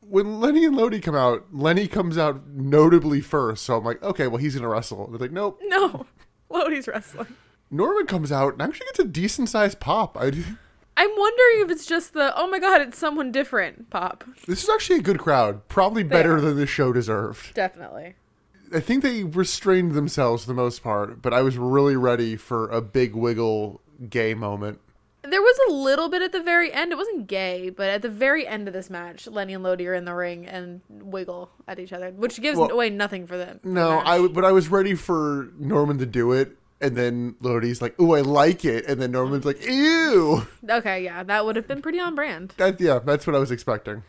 [SPEAKER 1] when Lenny and Lodi come out, Lenny comes out notably first. So I'm like, okay, well, he's going to wrestle. They're like, nope.
[SPEAKER 2] no. Lodi's wrestling.
[SPEAKER 1] Norman comes out and actually gets a decent sized pop. I, <laughs>
[SPEAKER 2] I'm wondering if it's just the, oh my god, it's someone different pop.
[SPEAKER 1] this is actually a good crowd. Probably better
[SPEAKER 2] are.
[SPEAKER 1] than the show deserved.
[SPEAKER 2] Definitely.
[SPEAKER 1] I think they restrained themselves for the most part, but I was really ready for a big wiggle gay moment.
[SPEAKER 2] There was a little bit at the very end. It wasn't gay, but at the very end of this match, Lenny and Lodi are in the ring and wiggle at each other, which gives
[SPEAKER 1] Well-
[SPEAKER 2] away nothing for them.
[SPEAKER 1] No,
[SPEAKER 2] match.
[SPEAKER 1] I w- but I was ready for Norman to do it, and then Lodi's like, "Ooh, I like it," and then Norman's like, "Ew."
[SPEAKER 2] Okay, yeah, that would have been pretty on brand.
[SPEAKER 1] That yeah, that's what I was expecting.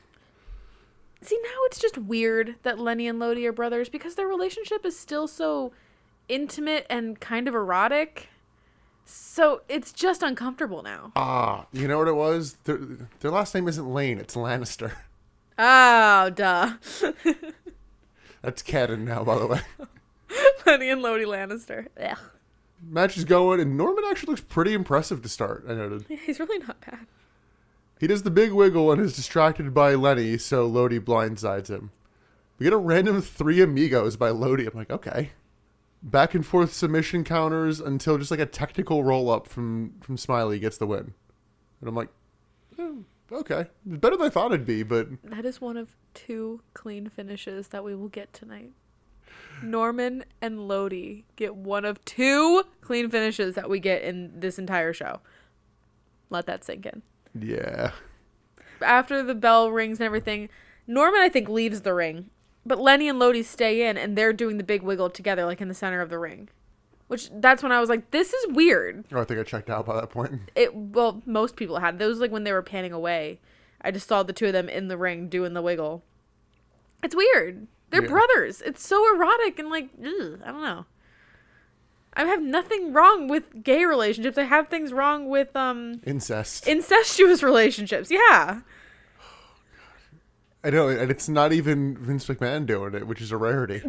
[SPEAKER 2] See, now it's just weird that Lenny and Lodi are brothers because their relationship is still so intimate and kind of erotic. So it's just uncomfortable now.
[SPEAKER 1] Ah, you know what it was? Their, their last name isn't Lane; it's Lannister. <laughs>
[SPEAKER 2] Oh, duh. <laughs>
[SPEAKER 1] That's canon now, by the way.
[SPEAKER 2] Lenny and Lodi Lannister. Ugh.
[SPEAKER 1] Match is going, and Norman actually looks pretty impressive to start. I noted.
[SPEAKER 2] He's really not bad.
[SPEAKER 1] He does the big wiggle and is distracted by Lenny, so Lodi blindsides him. We get a random three amigos by Lodi. I'm like, okay. Back and forth submission counters until just like a technical roll up from from Smiley gets the win, and I'm like, "Hmm, okay, better than I thought it'd be, but
[SPEAKER 2] That is one of two clean finishes that we will get tonight. Norman and Lodi get one of two clean finishes that we get in this entire show. Let that sink in.
[SPEAKER 1] yeah.
[SPEAKER 2] After the bell rings and everything, Norman, I think, leaves the ring, but Lenny and Lodi stay in and they're doing the big wiggle together, like in the center of the ring. Which that's when I was like, this is weird
[SPEAKER 1] Oh, I think I checked out by that point.
[SPEAKER 2] it well most people had those like when they were panning away i just saw the two of them in the ring doing the wiggle it's weird they're
[SPEAKER 1] Yeah.
[SPEAKER 2] brothers it's so erotic and like ugh, i don't know i have nothing wrong with gay relationships i have things wrong with um
[SPEAKER 1] Incest.
[SPEAKER 2] incestuous relationships yeah
[SPEAKER 1] I know, and it's not even Vince McMahon doing it, which is a rarity.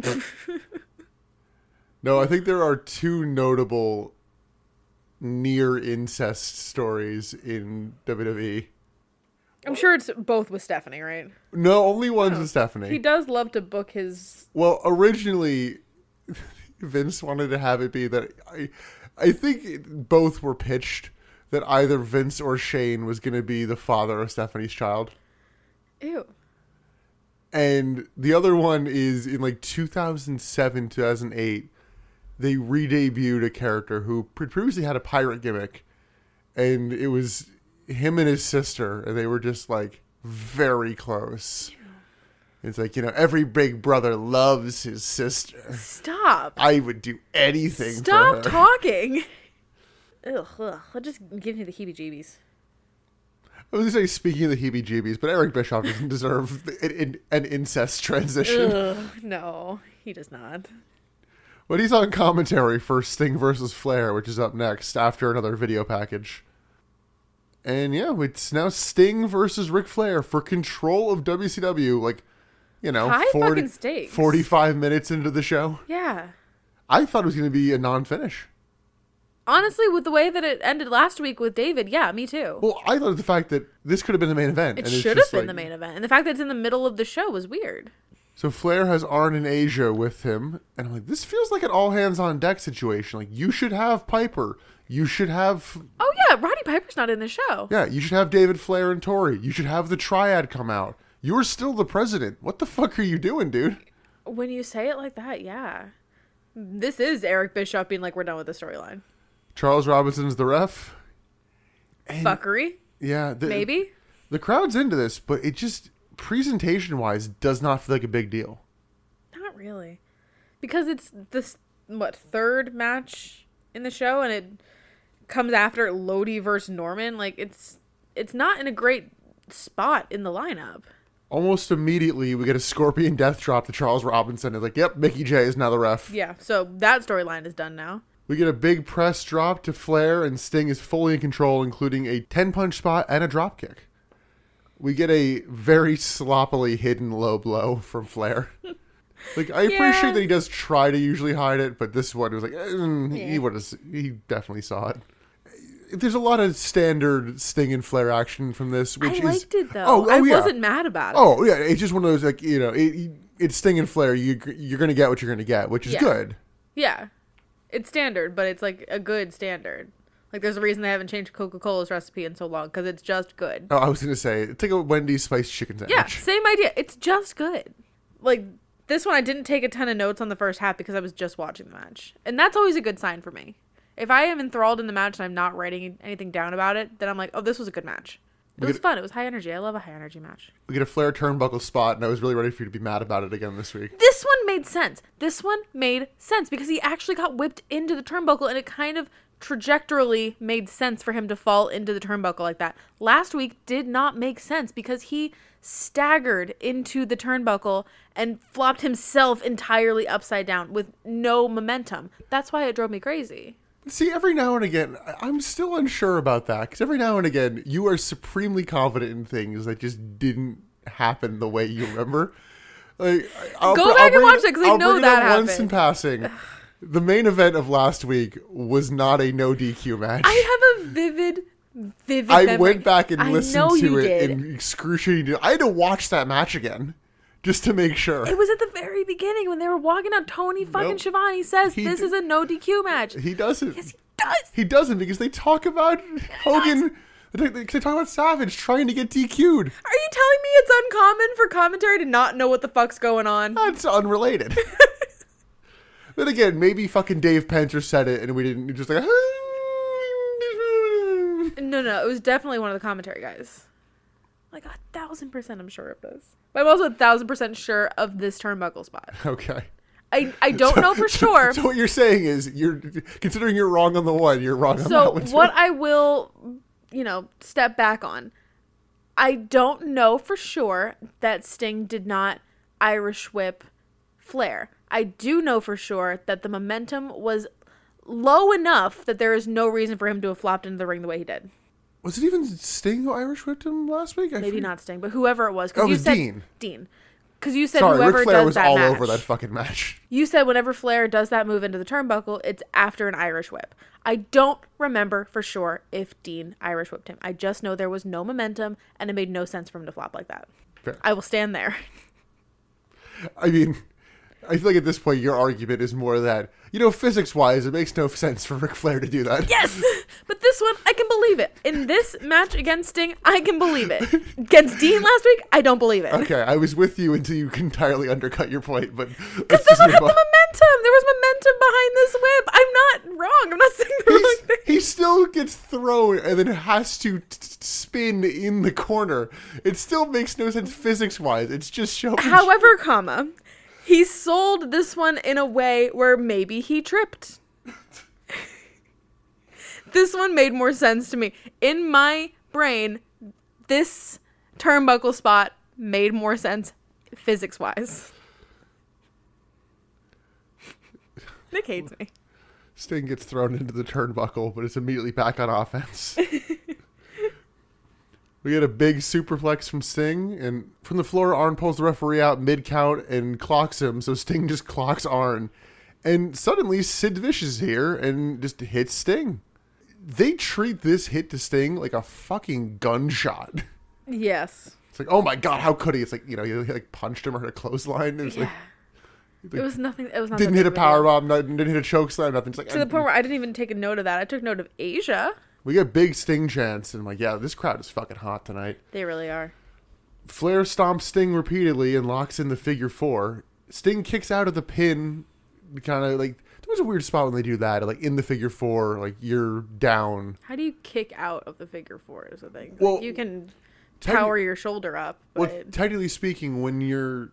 [SPEAKER 1] no, I think there are two notable E. near incest stories in WWE.
[SPEAKER 2] I'm sure it's both with Stephanie, right?
[SPEAKER 1] No, only one's with
[SPEAKER 2] He
[SPEAKER 1] Stephanie.
[SPEAKER 2] does love to book his.
[SPEAKER 1] Well, originally, <laughs> Vince wanted to have it be that I, I think it- both were pitched that either Vince or Shane was going to be the father of Stephanie's child.
[SPEAKER 2] Ew.
[SPEAKER 1] and the other one is in like 2007 2008 they re-debuted a character who pre- previously had a pirate gimmick and it was him and his sister and they were just like very close it's like you know every big brother loves his sister
[SPEAKER 2] Stop.
[SPEAKER 1] i would do anything
[SPEAKER 2] Stop
[SPEAKER 1] for her
[SPEAKER 2] talking. Ugh, ugh. That just gives me the heebie-jeebies.
[SPEAKER 1] i was going to say speaking of the heebie jeebies but eric bischoff doesn't <laughs> deserve an, an, an incest transition
[SPEAKER 2] Ugh, no, he does not.
[SPEAKER 1] But he's on commentary for Sting versus Flair, which is up next after another video package. And yeah, it's now Sting versus Ric Flair for control of WCW. Like, you know,
[SPEAKER 2] High fucking stakes.
[SPEAKER 1] 45 minutes into the show.
[SPEAKER 2] Yeah.
[SPEAKER 1] I thought it was going to be a non finish.
[SPEAKER 2] Honestly, with the way that it ended last week with David, yeah, me too.
[SPEAKER 1] Well, I thought the fact that this could have been the main event.
[SPEAKER 2] It
[SPEAKER 1] and it's
[SPEAKER 2] should have
[SPEAKER 1] just
[SPEAKER 2] been
[SPEAKER 1] like-
[SPEAKER 2] the main event. And the fact that it's in the middle of the show was weird.
[SPEAKER 1] So Flair has Arn and Asia with him, and I'm like, this feels like an all hands on deck situation. Like, you should have Piper. You should have
[SPEAKER 2] Oh, yeah, Roddy Piper's not in the show.
[SPEAKER 1] Yeah, you should have David Flair and Tori. You should have the triad come out. You're still the president. What the fuck are you doing, dude?
[SPEAKER 2] When you say it like that, yeah. This is Eric Bischoff being like, we're done with the storyline.
[SPEAKER 1] Charles Robinson's the ref. And,
[SPEAKER 2] Fuckery,
[SPEAKER 1] Yeah, the,
[SPEAKER 2] maybe?
[SPEAKER 1] the crowd's into this, but it just presentation wise does not feel like a big deal.
[SPEAKER 2] Not really. Because it's this, what, third match in the show and it comes after Lodi versus Norman. Like, it's it's not in a great spot in the lineup.
[SPEAKER 1] Almost immediately, we get a scorpion death drop to Charles Robinson. It's like, yep, Mickey J is now the ref.
[SPEAKER 2] Yeah, so that storyline is done now.
[SPEAKER 1] We get a big press drop to Flair, and Sting is fully in control, including a 10 punch spot and a drop kick. We get a very sloppily hidden low blow from Flair. like, I
[SPEAKER 2] Yeah.
[SPEAKER 1] appreciate that he does try to usually hide it, but this one was like, eh, mm,
[SPEAKER 2] Yeah.
[SPEAKER 1] he, would have, he definitely saw it. There's a lot of standard Sting and Flair action from this, which
[SPEAKER 2] I
[SPEAKER 1] is.
[SPEAKER 2] liked it though.
[SPEAKER 1] Oh, oh,
[SPEAKER 2] I
[SPEAKER 1] yeah.
[SPEAKER 2] wasn't mad about it.
[SPEAKER 1] Oh, yeah. It's just one of those, like, you know, it, it's Sting and Flair. You, you're going to get what you're going to get, which is
[SPEAKER 2] Yeah.
[SPEAKER 1] good.
[SPEAKER 2] Yeah. It's standard, but it's like a good standard. Like there's a reason they haven't changed Coca-Cola's recipe in so long cuz it's just good.
[SPEAKER 1] Oh, I was going to say, take a Wendy's spiced chicken sandwich.
[SPEAKER 2] Yeah, same idea. It's just good. Like this one I didn't take a ton of notes on the first half because I was just watching the match. And that's always a good sign for me. If I am enthralled in the match and I'm not writing anything down about it, then I'm like, "Oh, this was a good match." It
[SPEAKER 1] We
[SPEAKER 2] was
[SPEAKER 1] could-
[SPEAKER 2] fun. It was high energy. I love a high energy match.
[SPEAKER 1] we get a flare turnbuckle spot, and I was really ready for you to be mad about it again this week.
[SPEAKER 2] this one made sense. This one made sense because he actually got whipped into the turnbuckle and it kind of trajectorily made sense for him to fall into the turnbuckle like that. Last week did not make sense because he staggered into the turnbuckle and flopped himself entirely upside down with no momentum. That's why it drove me crazy.
[SPEAKER 1] See, every now and again, I- I'm still unsure about that because every now and again, you are supremely confident in things that just didn't happen the way you remember. Like, I- I'll
[SPEAKER 2] Go
[SPEAKER 1] br- I'll
[SPEAKER 2] back and
[SPEAKER 1] bring
[SPEAKER 2] watch it 'cause I
[SPEAKER 1] I'll
[SPEAKER 2] know
[SPEAKER 1] bring
[SPEAKER 2] that
[SPEAKER 1] it up Once in
[SPEAKER 2] happened.
[SPEAKER 1] passing, the main event of last week was not a no DQ match.
[SPEAKER 2] I have a vivid, vivid.
[SPEAKER 1] I
[SPEAKER 2] memory.
[SPEAKER 1] went back and
[SPEAKER 2] I
[SPEAKER 1] listened
[SPEAKER 2] know
[SPEAKER 1] to
[SPEAKER 2] you
[SPEAKER 1] it
[SPEAKER 2] did.
[SPEAKER 1] in excruciating. I had to watch that match again just to make sure.
[SPEAKER 2] It was at the very beginning when they were walking out. Tony fucking
[SPEAKER 1] Nope.
[SPEAKER 2] Schiavone says
[SPEAKER 1] He
[SPEAKER 2] this
[SPEAKER 1] did-
[SPEAKER 2] is a no DQ match.
[SPEAKER 1] He doesn't.
[SPEAKER 2] Yes, he does.
[SPEAKER 1] He doesn't because they talk
[SPEAKER 2] <laughs>
[SPEAKER 1] about Hogan. They they talk about Savage trying to get DQ'd.
[SPEAKER 2] Are you telling me it's uncommon for commentary to not know what the fuck's going on?
[SPEAKER 1] That's unrelated.
[SPEAKER 2] <laughs>
[SPEAKER 1] then again, maybe fucking Dave Penzer said it and we didn't. Just like. <laughs>
[SPEAKER 2] No, no, it was definitely one of the commentary guys. Like a thousand percent, I'm sure of this. But I'm also a thousand percent sure of this turnbuckle spot.
[SPEAKER 1] Okay.
[SPEAKER 2] I, I don't know for
[SPEAKER 1] <laughs> So-
[SPEAKER 2] sure.
[SPEAKER 1] So what you're saying is you're considering you're wrong on the one, you're wrong on
[SPEAKER 2] So
[SPEAKER 1] that one. too.
[SPEAKER 2] what I will, you know, step back on. I don't know for sure that Sting did not Irish whip Flair. I do know for sure that the momentum was low enough that there is no reason for him to have flopped into the ring the way he did.
[SPEAKER 1] was it even Sting who Irish whipped him last week? I
[SPEAKER 2] Maybe
[SPEAKER 1] forget.
[SPEAKER 2] not Sting, but whoever it was.
[SPEAKER 1] Oh,
[SPEAKER 2] Because
[SPEAKER 1] it
[SPEAKER 2] you
[SPEAKER 1] was
[SPEAKER 2] said
[SPEAKER 1] Dean.
[SPEAKER 2] Dean. because you said
[SPEAKER 1] Sorry,
[SPEAKER 2] whoever
[SPEAKER 1] Ric Flair
[SPEAKER 2] does
[SPEAKER 1] was
[SPEAKER 2] that
[SPEAKER 1] all
[SPEAKER 2] match,
[SPEAKER 1] over that fucking match.
[SPEAKER 2] you said whenever Flair does that move into the turnbuckle, it's after an Irish whip. I don't remember for sure if Dean Irish whipped him. I just know there was no momentum and it made no sense for him to flop like that.
[SPEAKER 1] Fair.
[SPEAKER 2] I will stand there. <laughs>
[SPEAKER 1] I mean, I feel like at this point your argument is more that you know physics wise it makes no sense for Ric Flair to do that.
[SPEAKER 2] Yes, but this one I can believe it. In this match against Sting, I can believe it. Against Dean last week, I don't believe it.
[SPEAKER 1] Okay, I was with you until you entirely undercut your point, but
[SPEAKER 2] Because
[SPEAKER 1] let's
[SPEAKER 2] this
[SPEAKER 1] just
[SPEAKER 2] one
[SPEAKER 1] move
[SPEAKER 2] had the
[SPEAKER 1] on.
[SPEAKER 2] momentum. There was momentum behind this whip. I'm not wrong. I'm not <laughs> saying the wrong
[SPEAKER 1] He's-
[SPEAKER 2] thing.
[SPEAKER 1] he still gets thrown and then has to t- t- spin in the corner. It still makes no sense physics wise. It's just showing.
[SPEAKER 2] However, comma, he sold this one in a way where maybe he tripped. this one made more sense to me. In my brain, this turnbuckle spot made more sense physics wise. Nick hates me.
[SPEAKER 1] Sting gets thrown into the turnbuckle, but is immediately back on
[SPEAKER 2] <laughs>
[SPEAKER 1] offense. we get a big superplex from Sting, and from the floor, Arn pulls the referee out mid count and clocks him. So Sting just clocks Arn, and suddenly Sid Vicious is here and just hits Sting. They treat this hit to Sting like a fucking gunshot.
[SPEAKER 2] Yes.
[SPEAKER 1] It's like, oh my god, how could he? It's like you know, he like punched him or hit a clothesline. It was like
[SPEAKER 2] It was nothing. It was not that
[SPEAKER 1] didn't hit
[SPEAKER 2] big
[SPEAKER 1] a
[SPEAKER 2] of deal.
[SPEAKER 1] power bomb, nothing, didn't hit a choke slam, nothing. It's like
[SPEAKER 2] To the point where I didn't even take a note of that. I took note of Asia.
[SPEAKER 1] We get big Sting chants, and I'm like, yeah, this crowd is fucking hot tonight.
[SPEAKER 2] They really are.
[SPEAKER 1] Flair stomps Sting repeatedly and locks in the figure four. Sting kicks out of the pin, kind of like there was a weird spot when they do that, like in the figure four, like you're down.
[SPEAKER 2] How do you kick out of the figure four is the thing. Like,
[SPEAKER 1] Well,
[SPEAKER 2] you can
[SPEAKER 1] techni-
[SPEAKER 2] power your shoulder up,
[SPEAKER 1] Well,
[SPEAKER 2] but
[SPEAKER 1] technically speaking, when you're,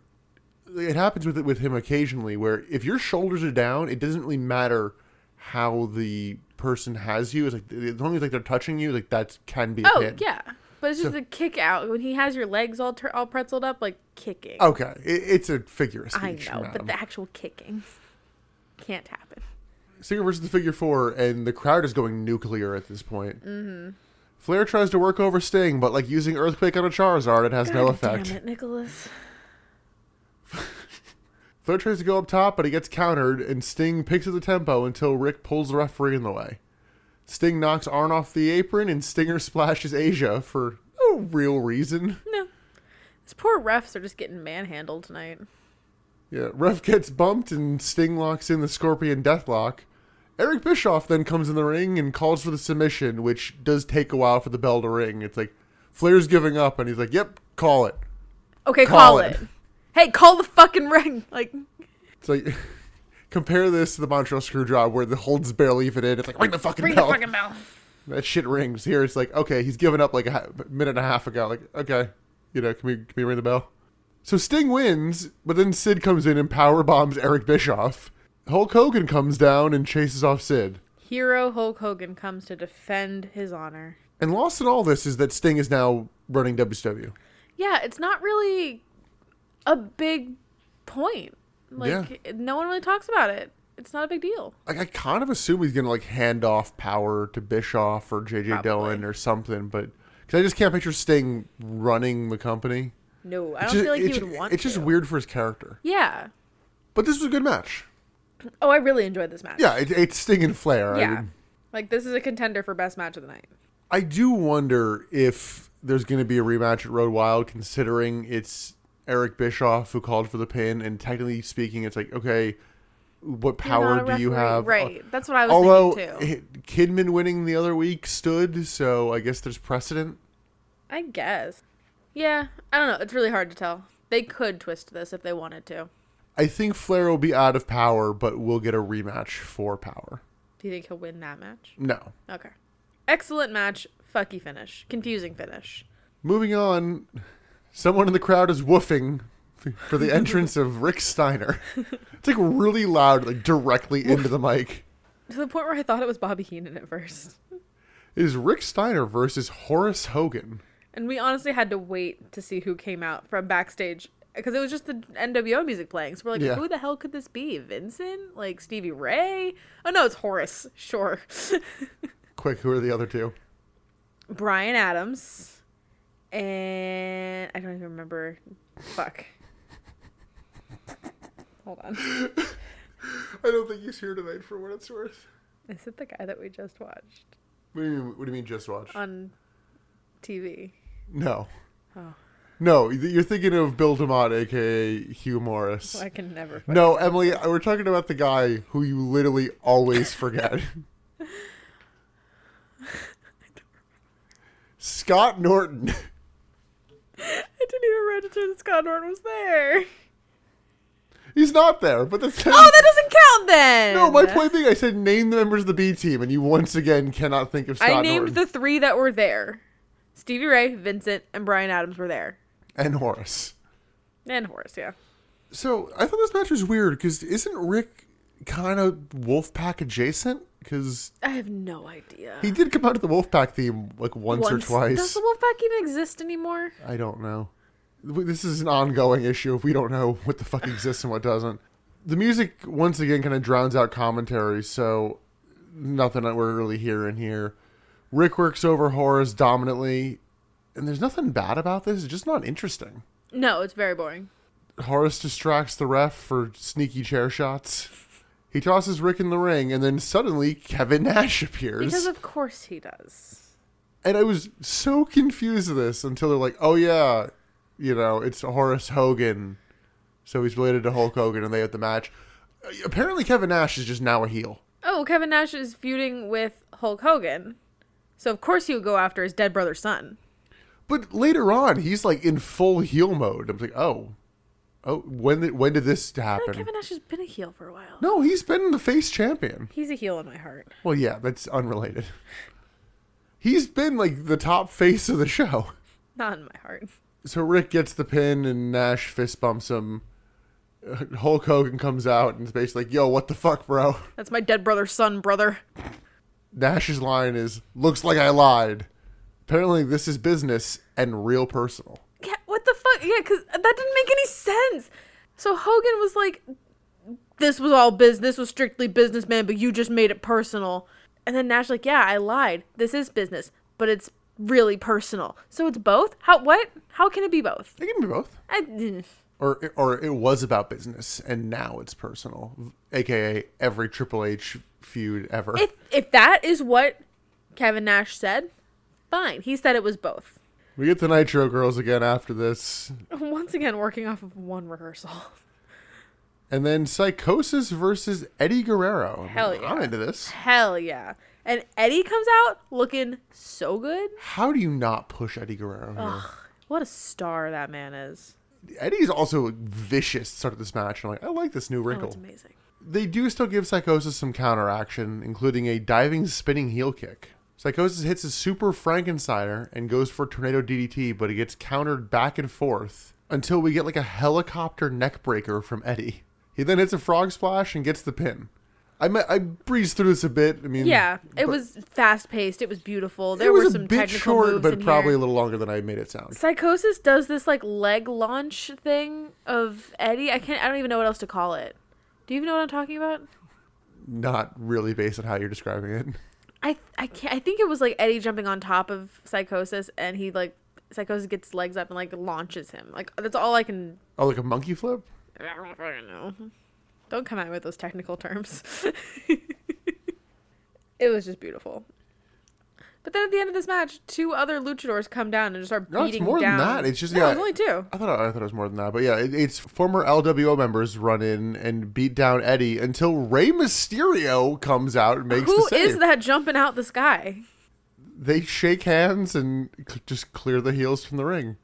[SPEAKER 1] it happens with with him occasionally, where if your shoulders are down, it doesn't really matter how the person has you. It's like as long as like they're touching you, like that can be a
[SPEAKER 2] oh
[SPEAKER 1] pin.
[SPEAKER 2] yeah, but it's just a kick out when he has your legs all tur all pretzeled up, like kicking.
[SPEAKER 1] Okay, it, it's a figure of
[SPEAKER 2] I
[SPEAKER 1] Oh, speech.
[SPEAKER 2] know, but
[SPEAKER 1] madam.
[SPEAKER 2] the actual kicking can't happen.
[SPEAKER 1] Singer versus the figure four, and the crowd is going nuclear at this point. Mm-hmm. Flair tries to work over Sting, but like using Earthquake on a Charizard, it has no
[SPEAKER 2] God
[SPEAKER 1] effect.
[SPEAKER 2] Damn it, Nicholas.
[SPEAKER 1] Flair tries to go up top, but he gets countered, and Sting picks up the tempo until Rick pulls the referee in the way. Sting knocks Arn off the apron, and Stinger splashes Asia for no real reason.
[SPEAKER 2] No, these poor refs are just getting manhandled tonight.
[SPEAKER 1] Yeah, ref gets bumped, and Sting locks in the Scorpion Deathlock. Eric Bischoff then comes in the ring and calls for the submission, which does take a while for the bell to ring. It's like Flair's giving up, and he's like, "Yep, call it."
[SPEAKER 2] Okay,
[SPEAKER 1] Call
[SPEAKER 2] call,
[SPEAKER 1] it.
[SPEAKER 2] it. Hey, call the fucking ring. Like,
[SPEAKER 1] It's like <laughs> compare this to the Montreal Screwjob, where the holds barely even in. It's like ring the fucking
[SPEAKER 2] ring
[SPEAKER 1] bell.
[SPEAKER 2] the fucking bell.
[SPEAKER 1] that shit rings here it's like okay he's given up like a ha- minute and a half ago like okay you know can we can we ring the bell so sting wins but then sid comes in and power bombs eric bischoff hulk hogan comes down and chases off sid
[SPEAKER 2] Hero Hulk Hogan comes to defend his honor.
[SPEAKER 1] and lost in all this is that sting is now running wcw
[SPEAKER 2] yeah, it's not really a big point. Like no one really talks about it. It's not a big deal.
[SPEAKER 1] like i kind of assume he's gonna like hand off power to bischoff or jj
[SPEAKER 2] Probably.
[SPEAKER 1] dillon or something but because i just can't picture sting running the company
[SPEAKER 2] No, I
[SPEAKER 1] It's
[SPEAKER 2] don't
[SPEAKER 1] just-
[SPEAKER 2] feel like
[SPEAKER 1] it's
[SPEAKER 2] he
[SPEAKER 1] ju-
[SPEAKER 2] would want.
[SPEAKER 1] it's just
[SPEAKER 2] to.
[SPEAKER 1] weird for his character
[SPEAKER 2] Yeah.
[SPEAKER 1] but this was a good match
[SPEAKER 2] Oh, I really enjoyed this match.
[SPEAKER 1] yeah it, it's sting and flair I
[SPEAKER 2] Yeah.
[SPEAKER 1] mean-
[SPEAKER 2] Like this is a contender for best match of the night.
[SPEAKER 1] I do wonder if there's going to be a rematch at Road Wild, considering it's Eric Bischoff who called for the pin, and technically speaking, it's like okay, what
[SPEAKER 2] You're not
[SPEAKER 1] power
[SPEAKER 2] a
[SPEAKER 1] do you
[SPEAKER 2] referee.
[SPEAKER 1] have?
[SPEAKER 2] Right. That's what I was
[SPEAKER 1] Although
[SPEAKER 2] thinking too.
[SPEAKER 1] it- Kidman winning the other week stood, so I guess there's precedent.
[SPEAKER 2] I guess. Yeah, I don't know. It's really hard to tell. They could twist this if they wanted to.
[SPEAKER 1] I think Flair will be out of power, but we'll get a rematch for power.
[SPEAKER 2] Do you think he'll win that match?
[SPEAKER 1] No.
[SPEAKER 2] Okay. Excellent match. Fucky finish. Confusing finish.
[SPEAKER 1] Moving on, someone in the crowd is woofing for the entrance of Rick Steiner. It's like really loud, like directly into the mic.
[SPEAKER 2] To the point where I thought it was Bobby Heenan at first.
[SPEAKER 1] is Rick Steiner versus Horace Hogan.
[SPEAKER 2] And we honestly had to wait to see who came out from backstage because it was just the NWO music playing. So we're like,
[SPEAKER 1] Yeah.
[SPEAKER 2] who the hell could this be? Vincent? Like Stevie Ray? Oh no, it's Horace. <laughs> Sure.
[SPEAKER 1] Quick, who are the other two?
[SPEAKER 2] Brian Adams. And I don't even remember. Fuck. Hold on. <laughs>
[SPEAKER 1] I don't think he's here tonight for what it's worth.
[SPEAKER 2] Is it the guy that we just watched
[SPEAKER 1] What do you mean, what do you mean just watch?
[SPEAKER 2] on TV?
[SPEAKER 1] no.
[SPEAKER 2] Oh.
[SPEAKER 1] No, you're thinking of Bill DeMott, aka Hugh Morris.
[SPEAKER 2] I can never. find-
[SPEAKER 1] No, Emily, we're talking about the guy who you literally always forget. Scott Norton.
[SPEAKER 2] I didn't even register that Scott Norton was there.
[SPEAKER 1] He's not there, but that's
[SPEAKER 2] Oh, that doesn't count
[SPEAKER 1] <laughs>
[SPEAKER 2] then.
[SPEAKER 1] No, my point being, I said name the members of the B team, and you once again cannot think of Scott
[SPEAKER 2] I named
[SPEAKER 1] Norton
[SPEAKER 2] the three that were there. Stevie Ray, Vincent, and Brian Adams were there,
[SPEAKER 1] and Horace.
[SPEAKER 2] and Horace. Yeah.
[SPEAKER 1] So I thought this match was weird because isn't Rick kind of Wolfpack adjacent? Because
[SPEAKER 2] I have no idea.
[SPEAKER 1] he did come out to the Wolfpack theme like once, or twice.
[SPEAKER 2] Does the Wolfpack even exist anymore?
[SPEAKER 1] I don't know. This is an ongoing issue if we don't know what the fuck exists and what doesn't. The music once again kind of drowns out commentary, so nothing that we're really hearing here. Rick works over Horace dominantly, and there's nothing bad about this. It's just not interesting.
[SPEAKER 2] No, it's very boring.
[SPEAKER 1] Horace distracts the ref for sneaky chair shots. He tosses Rick in the ring, and then suddenly Kevin Nash appears.
[SPEAKER 2] Because of course he does.
[SPEAKER 1] and I was so confused with this until they're like, "Oh yeah, you know, it's Horace Hogan, so he's related to Hulk Hogan," and they had the match. Uh, Apparently, Kevin Nash is just now a heel.
[SPEAKER 2] Oh, Kevin Nash is feuding with Hulk Hogan. So of course he would go after his dead brother's son.
[SPEAKER 1] But later on, he's like in full heel mode. I'm like, "Oh, oh, when did, when did this
[SPEAKER 2] I think
[SPEAKER 1] happen?"
[SPEAKER 2] Kevin Nash has been a heel for a while.
[SPEAKER 1] No, he's been the face champion.
[SPEAKER 2] He's a heel in my heart.
[SPEAKER 1] Well, yeah, that's unrelated. He's been like the top face of the show.
[SPEAKER 2] Not in my heart.
[SPEAKER 1] so Rick gets the pin and Nash fist bumps him. Uh, Hulk Hogan comes out and is basically like, "Yo, what the fuck, bro?"
[SPEAKER 2] That's my dead brother's son, brother.
[SPEAKER 1] Nash's line is, "Looks like I lied." Apparently, this is business and real personal.
[SPEAKER 2] Yeah, what the fuck? Yeah, because that didn't make any sense. So Hogan was like, this was all business. This was strictly business, man, but you just made it personal. And then Nash, like, yeah, I lied. This is business, but it's really personal. So it's both? How, what? How can it be both?
[SPEAKER 1] It can be both,
[SPEAKER 2] I, mm.
[SPEAKER 1] or or it was about business and now it's personal, aka every Triple H feud ever.
[SPEAKER 2] if, if that is what Kevin Nash said, fine. He said it was both. <laughs>
[SPEAKER 1] we get the Nitro girls again after this,
[SPEAKER 2] Once again, working off of one rehearsal. <laughs>
[SPEAKER 1] and then Psychosis versus Eddie Guerrero.
[SPEAKER 2] Hell yeah.
[SPEAKER 1] I'm into this.
[SPEAKER 2] Hell yeah. And Eddie comes out looking so good.
[SPEAKER 1] How do you not push Eddie Guerrero
[SPEAKER 2] Oh,
[SPEAKER 1] here?
[SPEAKER 2] <sighs> What a star that man is.
[SPEAKER 1] Eddie's also vicious to start this match. I'm like, I like this new
[SPEAKER 2] Oh,
[SPEAKER 1] wrinkle.
[SPEAKER 2] it's amazing.
[SPEAKER 1] they do still give Psychosis some counteraction, including a diving spinning heel kick. Psychosis hits a super Frankensteiner and goes for tornado DDT, but it gets countered back and forth until we get like a helicopter neckbreaker from Eddie. He then hits a frog splash and gets the pin. I mi- I breezed through this a bit. I mean,
[SPEAKER 2] Yeah, it
[SPEAKER 1] but
[SPEAKER 2] was fast paced. It was beautiful. There
[SPEAKER 1] it was
[SPEAKER 2] were
[SPEAKER 1] a
[SPEAKER 2] some
[SPEAKER 1] bit
[SPEAKER 2] technical
[SPEAKER 1] short,
[SPEAKER 2] moves
[SPEAKER 1] but
[SPEAKER 2] in
[SPEAKER 1] probably a
[SPEAKER 2] here.
[SPEAKER 1] little longer than I made it sound.
[SPEAKER 2] Psychosis does this like leg launch thing of Eddie. I can't. I don't even know what else to call it. Do you even know what I'm talking about?
[SPEAKER 1] Not really based on how you're describing it. <laughs>
[SPEAKER 2] I I can't. I think it was like Eddie jumping on top of Psychosis, and he like Psychosis gets his legs up and like launches him. Like that's all I can.
[SPEAKER 1] Oh, like a monkey flip.
[SPEAKER 2] I don't fucking know. Don't come at me with those technical terms. <laughs> it was just beautiful. But then at the end of this match, two other luchadors come down and just start
[SPEAKER 1] No, it's
[SPEAKER 2] beating
[SPEAKER 1] more than
[SPEAKER 2] down.
[SPEAKER 1] that. It's just-
[SPEAKER 2] no,
[SPEAKER 1] yeah.
[SPEAKER 2] it's only two.
[SPEAKER 1] I thought I thought it was more than that, but yeah, it, it's former LWO members run in and beat down Eddie until Rey Mysterio comes out and makes
[SPEAKER 2] Who
[SPEAKER 1] the save.
[SPEAKER 2] is that jumping out the sky?
[SPEAKER 1] They shake hands and c- just clear the heels from the ring.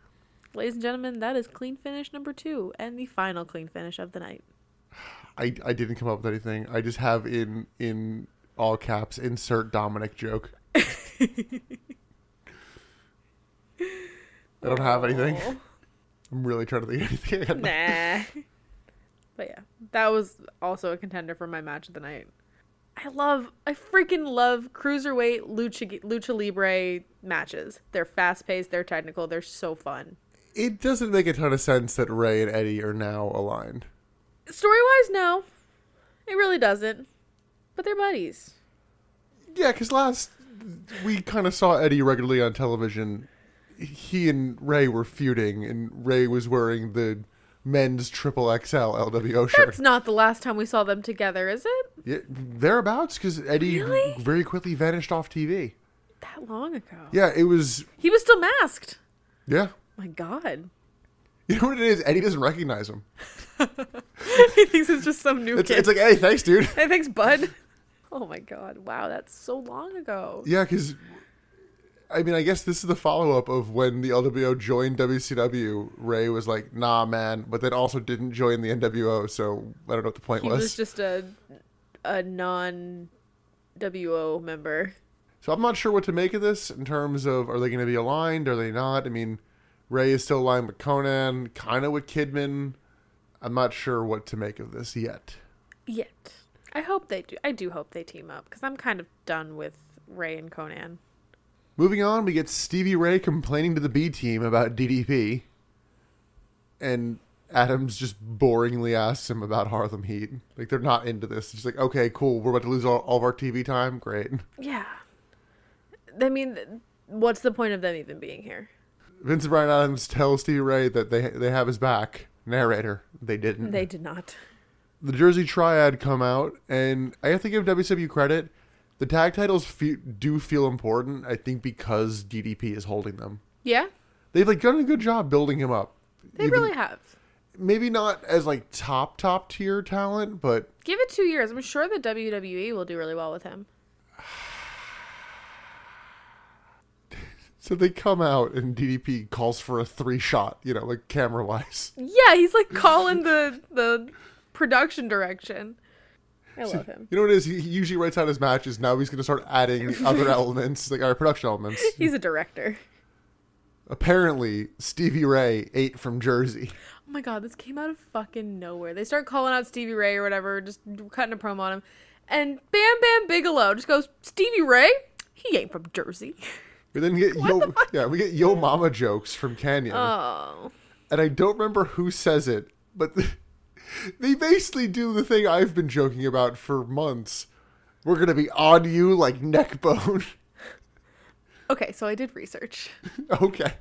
[SPEAKER 2] Ladies and gentlemen, that is clean finish number two and the final clean finish of the night.
[SPEAKER 1] I, I didn't come up with anything. I just have in in all caps insert Dominic joke. I don't have anything.
[SPEAKER 2] Aw.
[SPEAKER 1] I'm really trying to think of <laughs> anything.
[SPEAKER 2] nah. But yeah, that was also a contender for my match of the night. I love, I freaking love cruiserweight lucha lucha libre matches. They're fast paced, they're technical, they're so fun.
[SPEAKER 1] It doesn't make a ton of sense that Ray and Eddie are now aligned.
[SPEAKER 2] Story wise, no, it really doesn't. But they're buddies.
[SPEAKER 1] Yeah, because last we kind of saw Eddie regularly on television. He and Ray were feuding, and Ray was wearing the men's triple XL LWO shirt.
[SPEAKER 2] That's not the last time we saw them together, is it?
[SPEAKER 1] Yeah, thereabouts, because Eddie
[SPEAKER 2] Really?
[SPEAKER 1] very quickly vanished off TV.
[SPEAKER 2] That long ago.
[SPEAKER 1] Yeah, it was.
[SPEAKER 2] He was still masked.
[SPEAKER 1] Yeah. <laughs>
[SPEAKER 2] My God.
[SPEAKER 1] You know what it is? Eddie doesn't recognize him.
[SPEAKER 2] he thinks it's just some new
[SPEAKER 1] It's,
[SPEAKER 2] kid.
[SPEAKER 1] it's like, hey, thanks, dude. <laughs>
[SPEAKER 2] hey, thanks, bud. <laughs> Oh my God. Wow, that's so long ago.
[SPEAKER 1] Yeah, because I mean, I guess this is the follow up of when the LWO joined WCW. Ray was like, "Nah, man," but then also didn't join the NWO. So I don't know what the point
[SPEAKER 2] He
[SPEAKER 1] was.
[SPEAKER 2] was just a a non WO member.
[SPEAKER 1] so I'm not sure what to make of this in terms of are they going to be aligned? Are they not? I mean, Ray is still aligned with Conan, kind of with Kidman. I'm not sure what to make of this yet.
[SPEAKER 2] Yet. I hope they do. I do hope they team up because I'm kind of done with Ray and Conan.
[SPEAKER 1] Moving on, we get Stevie Ray complaining to the B team about DDP, and Adams just boringly asks him about Harlem Heat. Like they're not into this. It's just like, okay, cool, we're about to lose all, all of our TV time. Great. <laughs>
[SPEAKER 2] Yeah. I mean, th- what's the point of them even being here?
[SPEAKER 1] Vincent Bryan Adams tells Stevie Ray that they they have his back. Narrator, they didn't.
[SPEAKER 2] They did not.
[SPEAKER 1] the Jersey Triad come out, and I have to give WCW credit. The tag titles fe- do feel important, I think, because DDP is holding them.
[SPEAKER 2] Yeah,
[SPEAKER 1] They've like done a good job building him up.
[SPEAKER 2] they
[SPEAKER 1] Even-
[SPEAKER 2] really have.
[SPEAKER 1] maybe not as like top top tier talent, but
[SPEAKER 2] Give it two years. I'm sure the WWE will do really well with him.
[SPEAKER 1] so they come out and DDP calls for a three shot, you know, like camera wise.
[SPEAKER 2] Yeah, he's like calling the the production direction. I love him.
[SPEAKER 1] You know what it is? He he usually writes out his matches. Now he's going to start adding
[SPEAKER 2] <laughs>
[SPEAKER 1] other elements, like our production elements.
[SPEAKER 2] He's a director.
[SPEAKER 1] Apparently, Stevie Ray ate from Jersey.
[SPEAKER 2] Oh my god, this came out of fucking nowhere. They start calling out Stevie Ray or whatever, just cutting a promo on him. And Bam Bam Bigelow just goes, Stevie Ray? He ain't from Jersey.
[SPEAKER 1] We then get
[SPEAKER 2] What
[SPEAKER 1] yo,
[SPEAKER 2] the fuck?
[SPEAKER 1] yeah, we get yo mama jokes from Canyon,
[SPEAKER 2] Oh.
[SPEAKER 1] and I don't remember who says it, but they basically do the thing I've been joking about for months. We're gonna be on you like neck bone. <laughs>
[SPEAKER 2] Okay, so I did research. <laughs>
[SPEAKER 1] okay.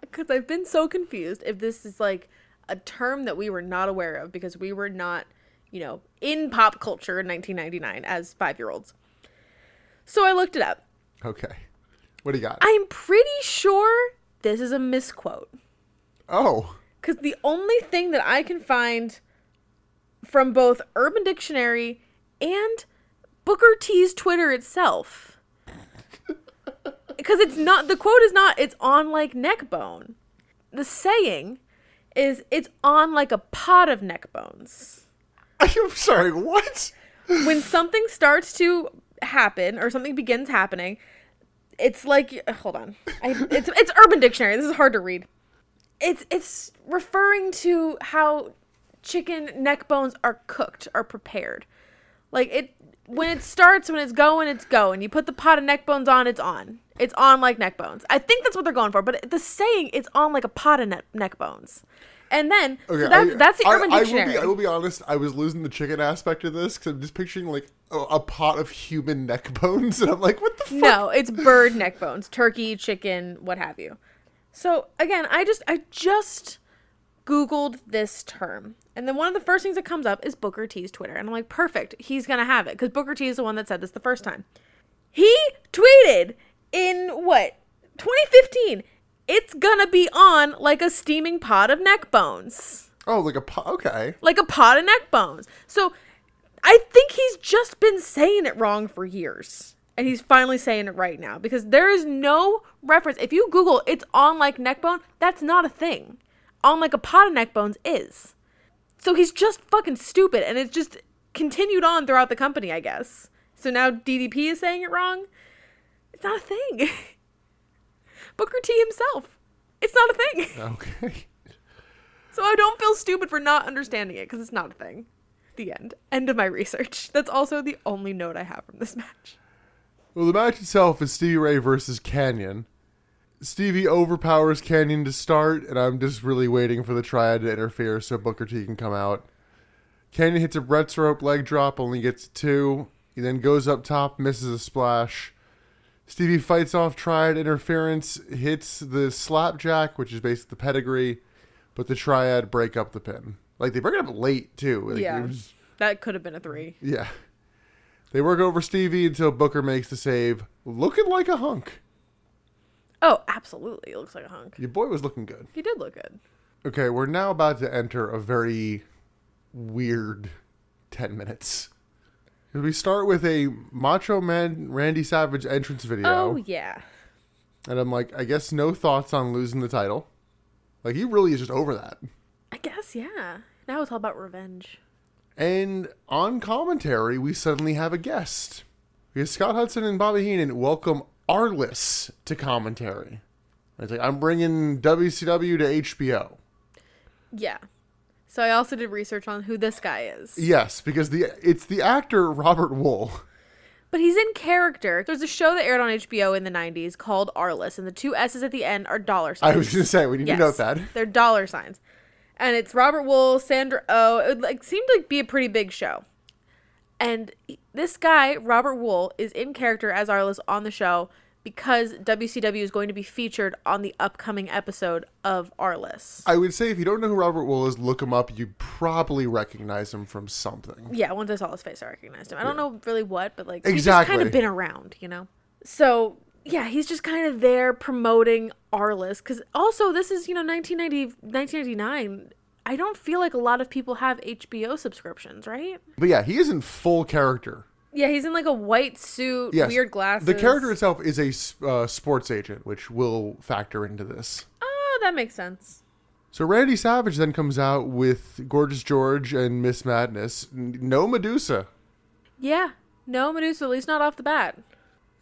[SPEAKER 2] Because I've been so confused if this is like a term that we were not aware of because we were not, you know, in pop culture in 1999 as five year olds. So I looked it up.
[SPEAKER 1] Okay. What do you got?
[SPEAKER 2] I'm pretty sure this is a misquote.
[SPEAKER 1] oh, <laughs>
[SPEAKER 2] Because the only thing that I can find from both Urban Dictionary and Booker T's Twitter itself. Because it's not, the quote is not, it's on like neck bone. The saying is, it's on like a pot of neck bones.
[SPEAKER 1] I'm sorry. What?
[SPEAKER 2] When something starts to happen or something begins happening, it's like, hold on. I, it's, it's Urban Dictionary. This is hard to read. it's it's referring to how chicken neck bones are cooked are prepared like it when it starts when it's going it's going you put the pot of neck bones on it's on it's on like neck bones i think that's what they're going for but the saying it's on like a pot of ne- neck bones and then so
[SPEAKER 1] Okay,
[SPEAKER 2] that's,
[SPEAKER 1] I-
[SPEAKER 2] that's the urban
[SPEAKER 1] I, I will,
[SPEAKER 2] dictionary
[SPEAKER 1] be, I will be honest. I was losing the chicken aspect of this because I'm just picturing like a, a pot of human neck bones, <laughs> and I'm like, what the? Fuck?
[SPEAKER 2] no it's bird neck bones turkey chicken what have you so again i just i just googled this term and then one of the first things that comes up is booker t's twitter and i'm like perfect he's gonna have it because booker t is the one that said this the first time he tweeted in what 2015 it's gonna be on like a steaming pot of neck bones
[SPEAKER 1] Oh, like a pot. Okay.
[SPEAKER 2] like a pot of neck bones. So I think he's just been saying it wrong for years. And he's finally saying it right now because there is no reference. If you Google it's on like neck bone, that's not a thing. On like a pot of neck bones is. So he's just fucking stupid and it's just continued on throughout the company, I guess. So now DDP is saying it wrong. It's not a thing. <laughs> Booker T himself. It's not a thing. <laughs>
[SPEAKER 1] Okay.
[SPEAKER 2] So I don't feel stupid for not understanding it because it's not a thing. The end. End of my research. <laughs> That's also the only note I have from this <laughs> match.
[SPEAKER 1] Well, the match itself is Stevie Ray versus Canyon. Stevie overpowers Canyon to start, and I'm just really waiting for the triad to interfere so Booker T can come out. Canyon hits a Brett's rope leg drop, only gets two. He then goes up top, misses a splash. Stevie fights off triad interference, hits the slapjack, which is basically the pedigree. But the triad break up the pin. Like they break it up late too. Like, it
[SPEAKER 2] yeah.
[SPEAKER 1] was-
[SPEAKER 2] That could have been a three.
[SPEAKER 1] yeah. They work over Stevie until Booker makes the save, looking like a hunk.
[SPEAKER 2] Oh, absolutely. It looks like a hunk.
[SPEAKER 1] Your boy was looking good.
[SPEAKER 2] He did look good.
[SPEAKER 1] Okay, we're now about to enter a very weird 10 minutes. We start with a Macho Man Randy Savage entrance video.
[SPEAKER 2] Oh, yeah.
[SPEAKER 1] And I'm like, I guess no thoughts on losing the title. Like, he really is just over that.
[SPEAKER 2] I guess, yeah. Now it's all about revenge.
[SPEAKER 1] And on commentary, we suddenly have a guest. Because Scott Hudson and Bobby Heenan welcome Arliss to commentary. It's like, I'm bringing WCW to HBO.
[SPEAKER 2] Yeah. So I also did research on who this guy is.
[SPEAKER 1] Yes, because the it's the actor Robert Wool.
[SPEAKER 2] But he's in character. There's a show that aired on HBO in the 90s called Arliss, and the two S's at the end are dollar signs.
[SPEAKER 1] I was going to say, we need
[SPEAKER 2] Yes.
[SPEAKER 1] to note that.
[SPEAKER 2] <laughs> They're dollar signs. And it's Robert Wool, Sandra Oh. It would, like seemed to be a pretty big show. And he- this guy, Robert Wool, is in character as Arliss on the show because WCW is going to be featured on the upcoming episode of Arliss.
[SPEAKER 1] I would say if you don't know who Robert Wool is, look him up. You probably recognize him from something.
[SPEAKER 2] Yeah, once I saw his face, I recognized him. I don't know really what, but like he's just kind
[SPEAKER 1] Exactly.
[SPEAKER 2] of been around, you know. So yeah, he's just kind of there promoting Arliss because also this is you know 1990 1999. I don't feel like a lot of people have HBO subscriptions, right?
[SPEAKER 1] But yeah, he is in full character.
[SPEAKER 2] Yeah, he's in like a white suit,
[SPEAKER 1] Yes.
[SPEAKER 2] weird glasses.
[SPEAKER 1] The character itself is a s- uh, sports agent, which will factor into this.
[SPEAKER 2] Oh, that makes sense.
[SPEAKER 1] So Randy Savage then comes out with Gorgeous George and Miss Madness. N- No Medusa.
[SPEAKER 2] Yeah, no Medusa, at least not off the bat.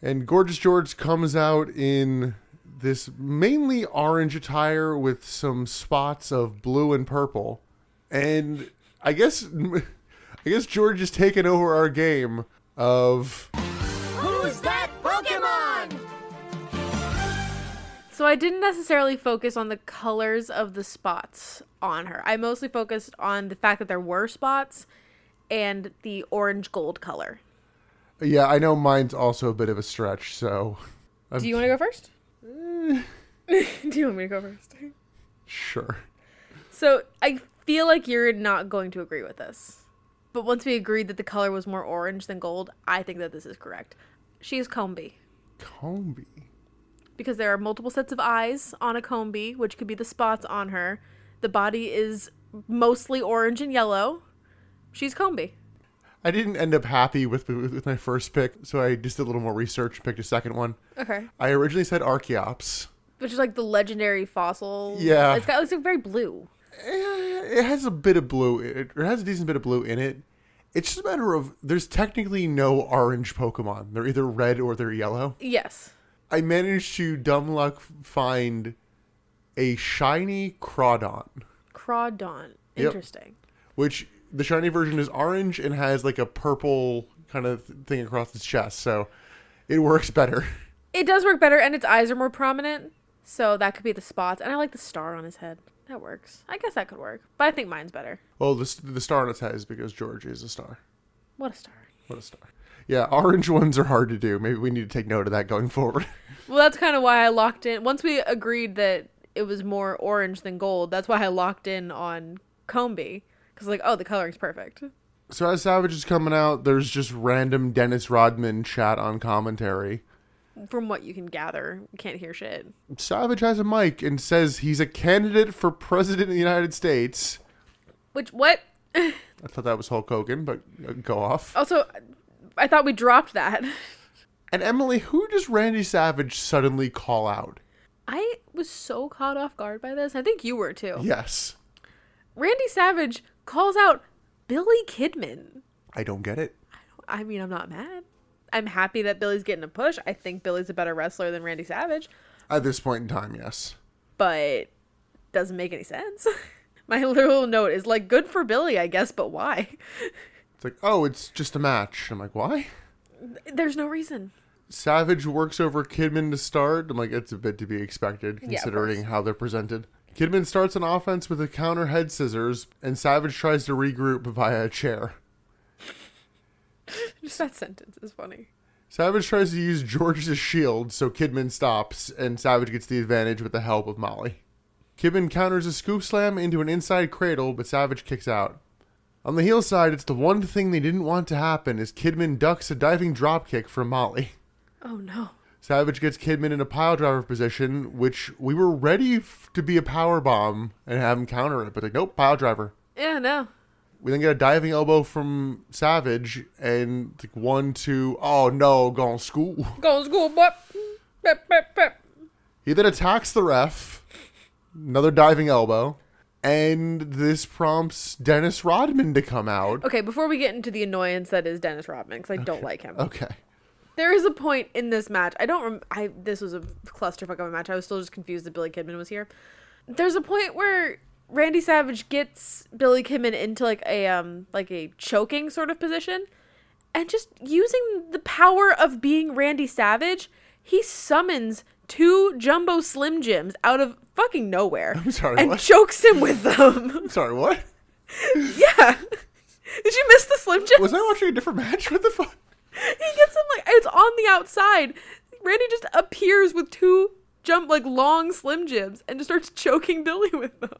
[SPEAKER 1] And Gorgeous George comes out in this mainly orange attire with some spots of blue and purple. And I guess <laughs> I guess George is taking over our game of
[SPEAKER 3] Who's that Pokemon?
[SPEAKER 2] So I didn't necessarily focus on the colors of the spots on her. I mostly focused on the fact that there were spots and the orange gold color.
[SPEAKER 1] yeah, I know mine's also a bit of a stretch, so
[SPEAKER 2] Do you want to go first? <laughs> Do you want me to go first?
[SPEAKER 1] sure.
[SPEAKER 2] So I feel like you're not going to agree with this. But once we agreed that the color was more orange than gold, I think that this is correct. She is Combi
[SPEAKER 1] Combi.
[SPEAKER 2] because there are multiple sets of eyes on a Combi, which could be the spots on her. The body is mostly orange and yellow. She's Combi.
[SPEAKER 1] I didn't end up happy with with my first pick, so I just did a little more research and picked a second one.
[SPEAKER 2] Okay.
[SPEAKER 1] I originally said Archaeops.
[SPEAKER 2] Which is like the legendary fossil.
[SPEAKER 1] Yeah.
[SPEAKER 2] It's got it's very blue.
[SPEAKER 1] Eh, it has a bit of blue. It, it has a decent bit of blue in it. It's just a matter of there's technically no orange Pokemon. They're either red or they're yellow.
[SPEAKER 2] Yes.
[SPEAKER 1] I managed to dumb luck find a shiny Crawdon,
[SPEAKER 2] Crawdon.
[SPEAKER 1] Yep.
[SPEAKER 2] Interesting.
[SPEAKER 1] which the shiny version is orange and has like a purple kind of thing across its chest, so it works better. <laughs>
[SPEAKER 2] It does work better and its eyes are more prominent. So that could be the spots. And I like the star on his head. That works. I guess that could work. But I think mine's better.
[SPEAKER 1] Well, the s- the star on its head is because George is a star.
[SPEAKER 2] What a star.
[SPEAKER 1] What a star! Yeah, orange ones are hard to do. Maybe we need to take note of that going forward.
[SPEAKER 2] Well, that's kind of why I locked in. Once we agreed that it was more orange than gold, that's why I locked in on Combi. Because, like, oh, the coloring's perfect.
[SPEAKER 1] So as Savage is coming out, there's just random Dennis Rodman chat on commentary.
[SPEAKER 2] From what you can gather, you can't hear shit.
[SPEAKER 1] Savage has a mic and says he's a candidate for president of the United States.
[SPEAKER 2] Which, what?
[SPEAKER 1] I thought that was Hulk Hogan, but uh, go off.
[SPEAKER 2] Also, I thought we dropped that. <laughs>
[SPEAKER 1] And Emily, who does Randy Savage suddenly call out?
[SPEAKER 2] I was so caught off guard by this. I think you were too.
[SPEAKER 1] Yes.
[SPEAKER 2] Randy Savage calls out Billy Kidman.
[SPEAKER 1] I don't get it.
[SPEAKER 2] I mean, I'm not mad. I'm happy that Billy's getting a push. I think Billy's a better wrestler than Randy Savage,
[SPEAKER 1] At this point in time, yes.
[SPEAKER 2] but doesn't make any sense. <laughs> My literal note is like, good for Billy, I guess, but why? <laughs>
[SPEAKER 1] It's like, oh, it's just a match. I'm like, why?
[SPEAKER 2] There's no reason.
[SPEAKER 1] Savage works over Kidman to start. I'm like, it's a bit to be expected considering how they're presented. Kidman starts an offense with a counter head scissors, and Savage tries to regroup via a chair.
[SPEAKER 2] Just that sentence is funny.
[SPEAKER 1] Savage tries to use George's shield, so Kidman stops, and Savage gets the advantage with the help of Molly. Kibben counters a scoop slam into an inside cradle, but Savage kicks out. On the heel side, it's the one thing they didn't want to happen is Kidman ducks a diving dropkick from Molly.
[SPEAKER 2] Oh no.
[SPEAKER 1] Savage gets Kidman in a pile driver position, which we were ready f- to be a power bomb and have him counter it, but like nope, pile driver.
[SPEAKER 2] Yeah, no.
[SPEAKER 1] We then get a diving elbow from Savage and like one, two, oh no, gone school. <laughs>
[SPEAKER 2] Go to school, but bep, bep, bep.
[SPEAKER 1] He then attacks the ref, another diving elbow, and this prompts Dennis Rodman to come out.
[SPEAKER 2] Okay, before we get into the annoyance that is Dennis Rodman, because I don't like him.
[SPEAKER 1] Okay.
[SPEAKER 2] There is a point in this match. I don't. Rem- I this was a clusterfuck of a match. I was still just confused that Billy Kidman was here. There's a point where Randy Savage gets Billy Kidman into like a um like a choking sort of position, and just using the power of being Randy Savage, he summons two jumbo Slim Jims out of fucking nowhere.
[SPEAKER 1] I'm sorry,
[SPEAKER 2] And
[SPEAKER 1] what?
[SPEAKER 2] chokes him with them. <laughs>
[SPEAKER 1] Sorry, what?
[SPEAKER 2] yeah. Did you miss the Slim Jims?
[SPEAKER 1] Was I watching a different match? What the fuck?
[SPEAKER 2] he gets him like it's on the outside. Randy just appears with two jump like long slim jibs and just starts choking Billy with them.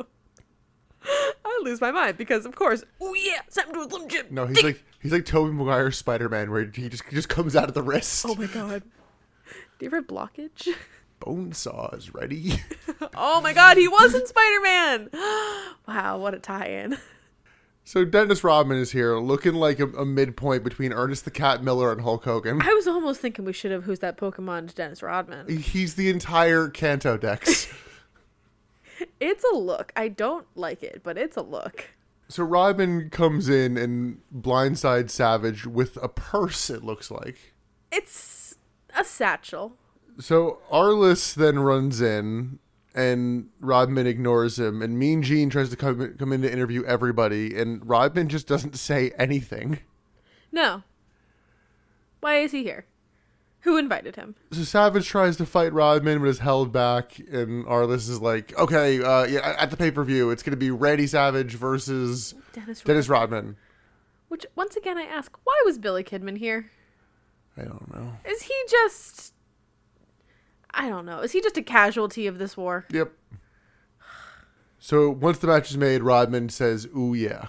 [SPEAKER 2] I lose my mind because of course, oh yeah, something to a slim jib.
[SPEAKER 1] No, he's
[SPEAKER 2] Dick.
[SPEAKER 1] like he's like Toby Maguire's Spider Man, where he just he just comes out of the wrist.
[SPEAKER 2] oh my god. Do you ever have blockage?
[SPEAKER 1] Bone saw is ready. <laughs>
[SPEAKER 2] oh my god, he was in Spider Man. <gasps> wow, what a tie-in.
[SPEAKER 1] so Dennis Rodman is here, looking like a, a midpoint between Ernest the Cat Miller and Hulk Hogan.
[SPEAKER 2] I was almost thinking we should have who's that Pokemon to Dennis Rodman.
[SPEAKER 1] He's the entire Kanto Dex.
[SPEAKER 2] It's a look. I don't like it, but it's a look.
[SPEAKER 1] So Rodman comes in and blindsides Savage with a purse, it looks like.
[SPEAKER 2] It's a satchel.
[SPEAKER 1] So Arliss then runs in and Rodman ignores him and Mean Gene tries to come, come in to interview everybody and Rodman just doesn't say anything.
[SPEAKER 2] No. Why is he here? Who invited him?
[SPEAKER 1] So Savage tries to fight Rodman but is held back and Arliss is like, "Okay, uh, yeah, at the pay-per-view, it's going to be Randy Savage versus
[SPEAKER 2] Dennis
[SPEAKER 1] Dennis Rodman."
[SPEAKER 2] Which, once again, I ask, why was Billy Kidman here?
[SPEAKER 1] I don't know.
[SPEAKER 2] Is he just. I don't know. Is he just a casualty of this war?
[SPEAKER 1] Yep. So once the match is made, Rodman says, "Ooh yeah."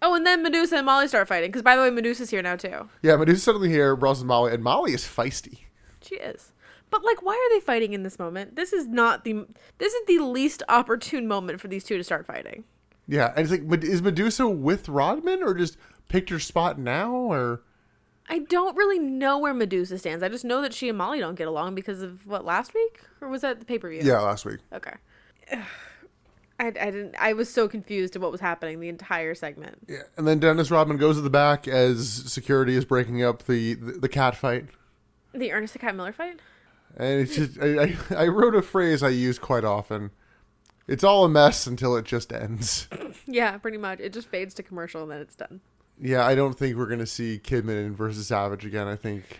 [SPEAKER 2] Oh, and then Medusa and Molly start fighting. Because, by the way, Medusa's here now, too.
[SPEAKER 1] Yeah, Medusa's suddenly here, Ross and Molly, and Molly is feisty.
[SPEAKER 2] She is. But, like, why are they fighting in this moment? This is not the. This is the least opportune moment for these two to start fighting.
[SPEAKER 1] Yeah, and it's like, Med- is Medusa with Rodman or just picked her spot now? Or
[SPEAKER 2] I don't really know where Medusa stands. I just know that she and Molly don't get along because of what last week, or was that the pay per view?
[SPEAKER 1] last week.
[SPEAKER 2] Okay. <sighs> I, I didn't. I was so confused at what was happening the entire segment.
[SPEAKER 1] Yeah, and then Dennis Rodman goes to the back as security is breaking up the the, the cat fight,
[SPEAKER 2] The Ernest the Cat Miller fight.
[SPEAKER 1] and it's just I, I <laughs> I wrote a phrase I use quite often. It's all a mess until it just ends.
[SPEAKER 2] Yeah, pretty much. It just fades to commercial and then it's done.
[SPEAKER 1] Yeah, I don't think we're gonna see Kidman versus Savage again. I think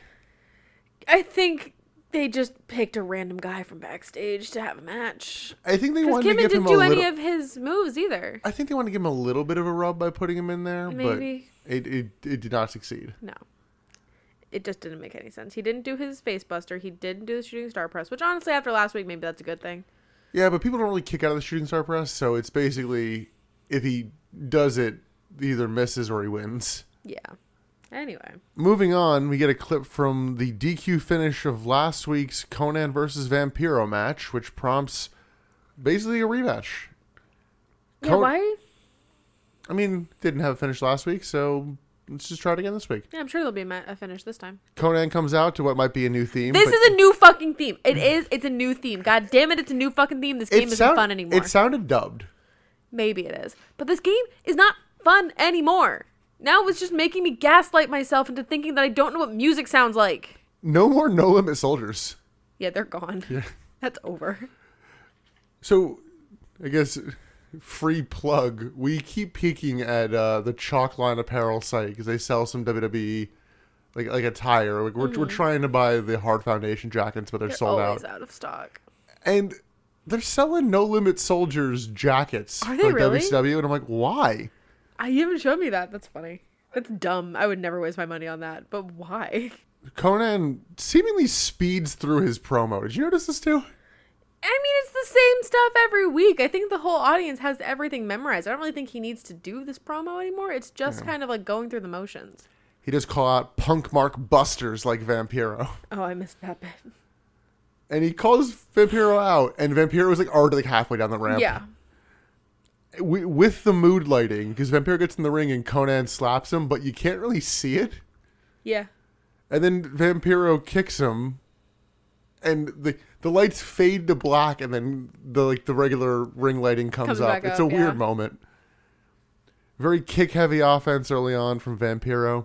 [SPEAKER 2] I think they just picked a random guy from backstage to have a match
[SPEAKER 1] I think they
[SPEAKER 2] because
[SPEAKER 1] wanted to
[SPEAKER 2] Kidman
[SPEAKER 1] give him
[SPEAKER 2] didn't
[SPEAKER 1] a
[SPEAKER 2] do
[SPEAKER 1] little.
[SPEAKER 2] any of his moves either.
[SPEAKER 1] I think they wanted to give him a little bit of a rub by putting him in there,
[SPEAKER 2] Maybe.
[SPEAKER 1] but it, it it did not succeed.
[SPEAKER 2] No, it just didn't make any sense. He didn't do his face buster. He didn't do the shooting star press, which honestly, after last week, maybe that's a good thing.
[SPEAKER 1] Yeah, but people don't really kick out of the shooting star press, so it's basically if he does it, he either misses or he wins.
[SPEAKER 2] Yeah. Anyway,
[SPEAKER 1] Moving on, we get a clip from the DQ finish of last week's Conan versus Vampiro match, which prompts basically a rematch.
[SPEAKER 2] yeah,
[SPEAKER 1] Con-
[SPEAKER 2] why?
[SPEAKER 1] I mean, didn't have a finish last week, so let's just try it again this week.
[SPEAKER 2] Yeah, I'm sure there'll be a, ma- a finish this time.
[SPEAKER 1] Conan comes out to what might be a new theme.
[SPEAKER 2] This
[SPEAKER 1] but- Mm.
[SPEAKER 2] is a new fucking theme. It is. It's a new theme. God damn it! It's a new fucking theme. This
[SPEAKER 1] It
[SPEAKER 2] game isn't
[SPEAKER 1] sound-
[SPEAKER 2] fun anymore.
[SPEAKER 1] It sounded dubbed.
[SPEAKER 2] Maybe it is, but this game is not fun anymore. Now it's just making me gaslight myself into thinking that I don't know what music sounds like.
[SPEAKER 1] No more No Limit Soldiers.
[SPEAKER 2] Yeah, they're gone. <laughs> That's over.
[SPEAKER 1] So, I guess free plug. We keep peeking at uh, the Chalkline Apparel site because they sell some WWE like like attire. Like we're, we're trying to buy the Hard Foundation jackets, but they're,
[SPEAKER 2] Mm-hmm. They're
[SPEAKER 1] sold out.
[SPEAKER 2] always out. of stock.
[SPEAKER 1] And they're selling No Limit Soldiers jackets
[SPEAKER 2] Are
[SPEAKER 1] for
[SPEAKER 2] they really?
[SPEAKER 1] WCW, and I'm like, why?
[SPEAKER 2] I you haven't shown me that. That's funny. That's dumb. I would never waste my money on that. But why? <laughs>
[SPEAKER 1] Conan seemingly speeds through his promo. Did you notice this too?
[SPEAKER 2] I mean, it's the same stuff every week. I think the whole audience has everything memorized. I don't really think he needs to do this promo anymore. It's just kind of like going through the motions.
[SPEAKER 1] He does call out punk mark busters like Vampiro. <laughs>
[SPEAKER 2] Oh, I missed that bit.
[SPEAKER 1] And he calls Vampiro out, and Vampiro is like already like halfway down the ramp.
[SPEAKER 2] Yeah.
[SPEAKER 1] Wi- with the mood lighting, because Vampiro gets in the ring and Conan slaps him, but you can't really see it.
[SPEAKER 2] Yeah.
[SPEAKER 1] And then Vampiro kicks him, and the the lights fade to black, and then the like the regular ring lighting comes,
[SPEAKER 2] Comes
[SPEAKER 1] up.
[SPEAKER 2] back
[SPEAKER 1] It's
[SPEAKER 2] up,
[SPEAKER 1] a weird
[SPEAKER 2] yeah.
[SPEAKER 1] moment. Very kick heavy offense early on from Vampiro.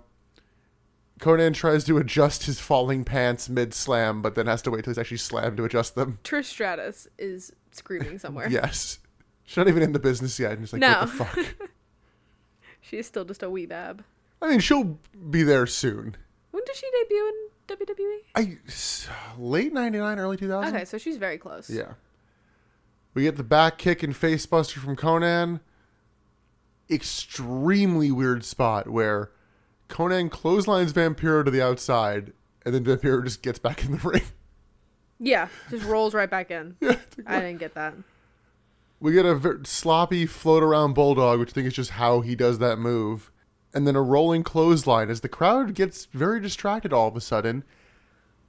[SPEAKER 1] Conan tries to adjust his falling pants mid slam, but then has to wait till he's actually slammed to adjust them.
[SPEAKER 2] Trish Stratus is screaming somewhere.
[SPEAKER 1] Yes, she's not even in the business yet, and just like
[SPEAKER 2] No.
[SPEAKER 1] what the
[SPEAKER 2] <laughs>
[SPEAKER 1] fuck.
[SPEAKER 2] She's still just a wee bab.
[SPEAKER 1] I mean, she'll be there soon.
[SPEAKER 2] When did she debut in WWE?
[SPEAKER 1] I late '99, early 2000.
[SPEAKER 2] Okay, so she's very close.
[SPEAKER 1] Yeah. We get the back kick and face buster from Conan. Extremely weird spot where Conan clotheslines Vampiro to the outside, and then Vampiro just gets back in the <laughs> ring.
[SPEAKER 2] Yeah, just rolls right back in.
[SPEAKER 1] <laughs> Yeah, it's like,
[SPEAKER 2] I didn't get that.
[SPEAKER 1] we get a ver- sloppy float around bulldog, which I think is just how he does that move, and then a rolling clothesline as the crowd gets very distracted all of a sudden,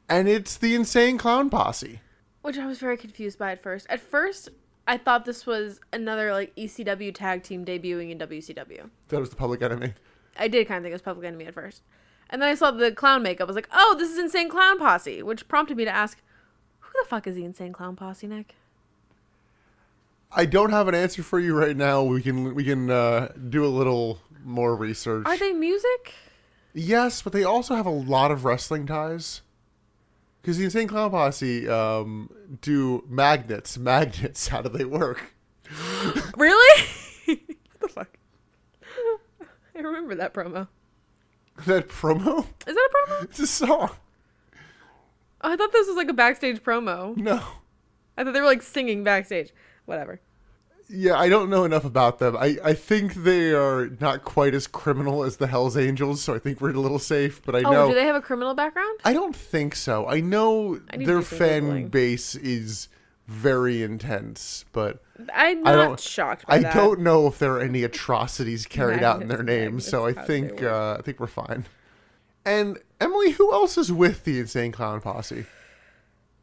[SPEAKER 1] and it's the insane clown posse.
[SPEAKER 2] Which I was very confused by at first. At first, I thought this was another like ECW tag team debuting in WCW.
[SPEAKER 1] That was the public enemy.
[SPEAKER 2] I did kind of think it was Public Enemy at first. And then I saw the clown makeup. I was like, oh, this is Insane Clown Posse, which prompted me to ask, who the fuck is the Insane Clown Posse, Nick?
[SPEAKER 1] I don't have an answer for you right now. We can we can uh, do a little more research.
[SPEAKER 2] Are they music?
[SPEAKER 1] yes, but they also have a lot of wrestling ties. Because the Insane Clown Posse um, do magnets. Magnets. <laughs> How do they work?
[SPEAKER 2] Really? <laughs> what the fuck? I remember that promo.
[SPEAKER 1] That promo.
[SPEAKER 2] Is that a promo?
[SPEAKER 1] It's a song.
[SPEAKER 2] Oh, I thought this was like a backstage promo.
[SPEAKER 1] No.
[SPEAKER 2] I thought they were like singing backstage. Whatever.
[SPEAKER 1] Yeah, I don't know enough about them. I, I think they are not quite as criminal as the Hell's Angels, so I think we're a little safe. But I
[SPEAKER 2] Oh,
[SPEAKER 1] know
[SPEAKER 2] do they have a criminal background?
[SPEAKER 1] I don't think so. I know
[SPEAKER 2] I need to
[SPEAKER 1] their
[SPEAKER 2] do some
[SPEAKER 1] fan
[SPEAKER 2] Googling.
[SPEAKER 1] base is very intense, but
[SPEAKER 2] I'm
[SPEAKER 1] I
[SPEAKER 2] not
[SPEAKER 1] don't-
[SPEAKER 2] shocked by
[SPEAKER 1] I
[SPEAKER 2] that.
[SPEAKER 1] don't know if there are any atrocities carried out in their
[SPEAKER 2] <laughs> Magnets,
[SPEAKER 1] names, so I
[SPEAKER 2] magnets, how they
[SPEAKER 1] think
[SPEAKER 2] work.
[SPEAKER 1] uh, I think we're fine. And Emily, who else is with the Insane Clown Posse?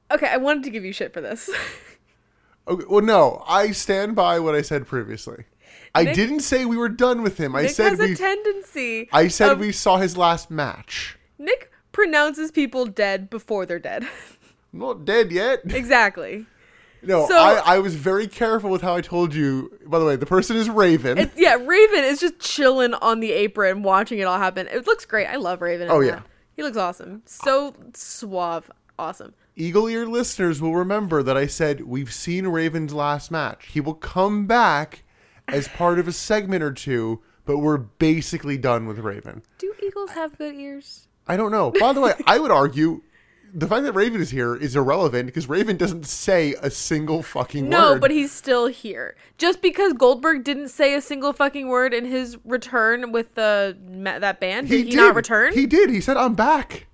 [SPEAKER 2] Okay, I wanted to give you shit for this. <laughs>
[SPEAKER 1] Okay, well, no, I stand by what I said previously. I
[SPEAKER 2] Nick-
[SPEAKER 1] didn't say we were done with him. I
[SPEAKER 2] Nick
[SPEAKER 1] said
[SPEAKER 2] has
[SPEAKER 1] we.
[SPEAKER 2] a tendency.
[SPEAKER 1] I said
[SPEAKER 2] of-
[SPEAKER 1] we saw his last match.
[SPEAKER 2] Nick pronounces people dead before they're dead. <laughs>
[SPEAKER 1] I'm not dead yet.
[SPEAKER 2] exactly.
[SPEAKER 1] No,
[SPEAKER 2] So-
[SPEAKER 1] I, I was very careful with how I told you. By the way, the person is Raven.
[SPEAKER 2] It's, yeah, Raven is just chilling on the apron, watching it all happen. It looks great. I love Raven. in
[SPEAKER 1] Oh,
[SPEAKER 2] that.
[SPEAKER 1] yeah.
[SPEAKER 2] he looks awesome. So suave, awesome.
[SPEAKER 1] Eagle Ear listeners will remember that I said we've seen Raven's last match. He will come back as part of a segment or two, but we're basically done with Raven.
[SPEAKER 2] Do eagles have good ears?
[SPEAKER 1] I don't know. By the way, I would argue the fact that Raven is here is irrelevant because Raven doesn't say a single fucking
[SPEAKER 2] No,
[SPEAKER 1] word.
[SPEAKER 2] but he's still here. Just because Goldberg didn't say a single fucking word in his return with the ma- that band, did he, not return
[SPEAKER 1] He did. He said, "I'm back."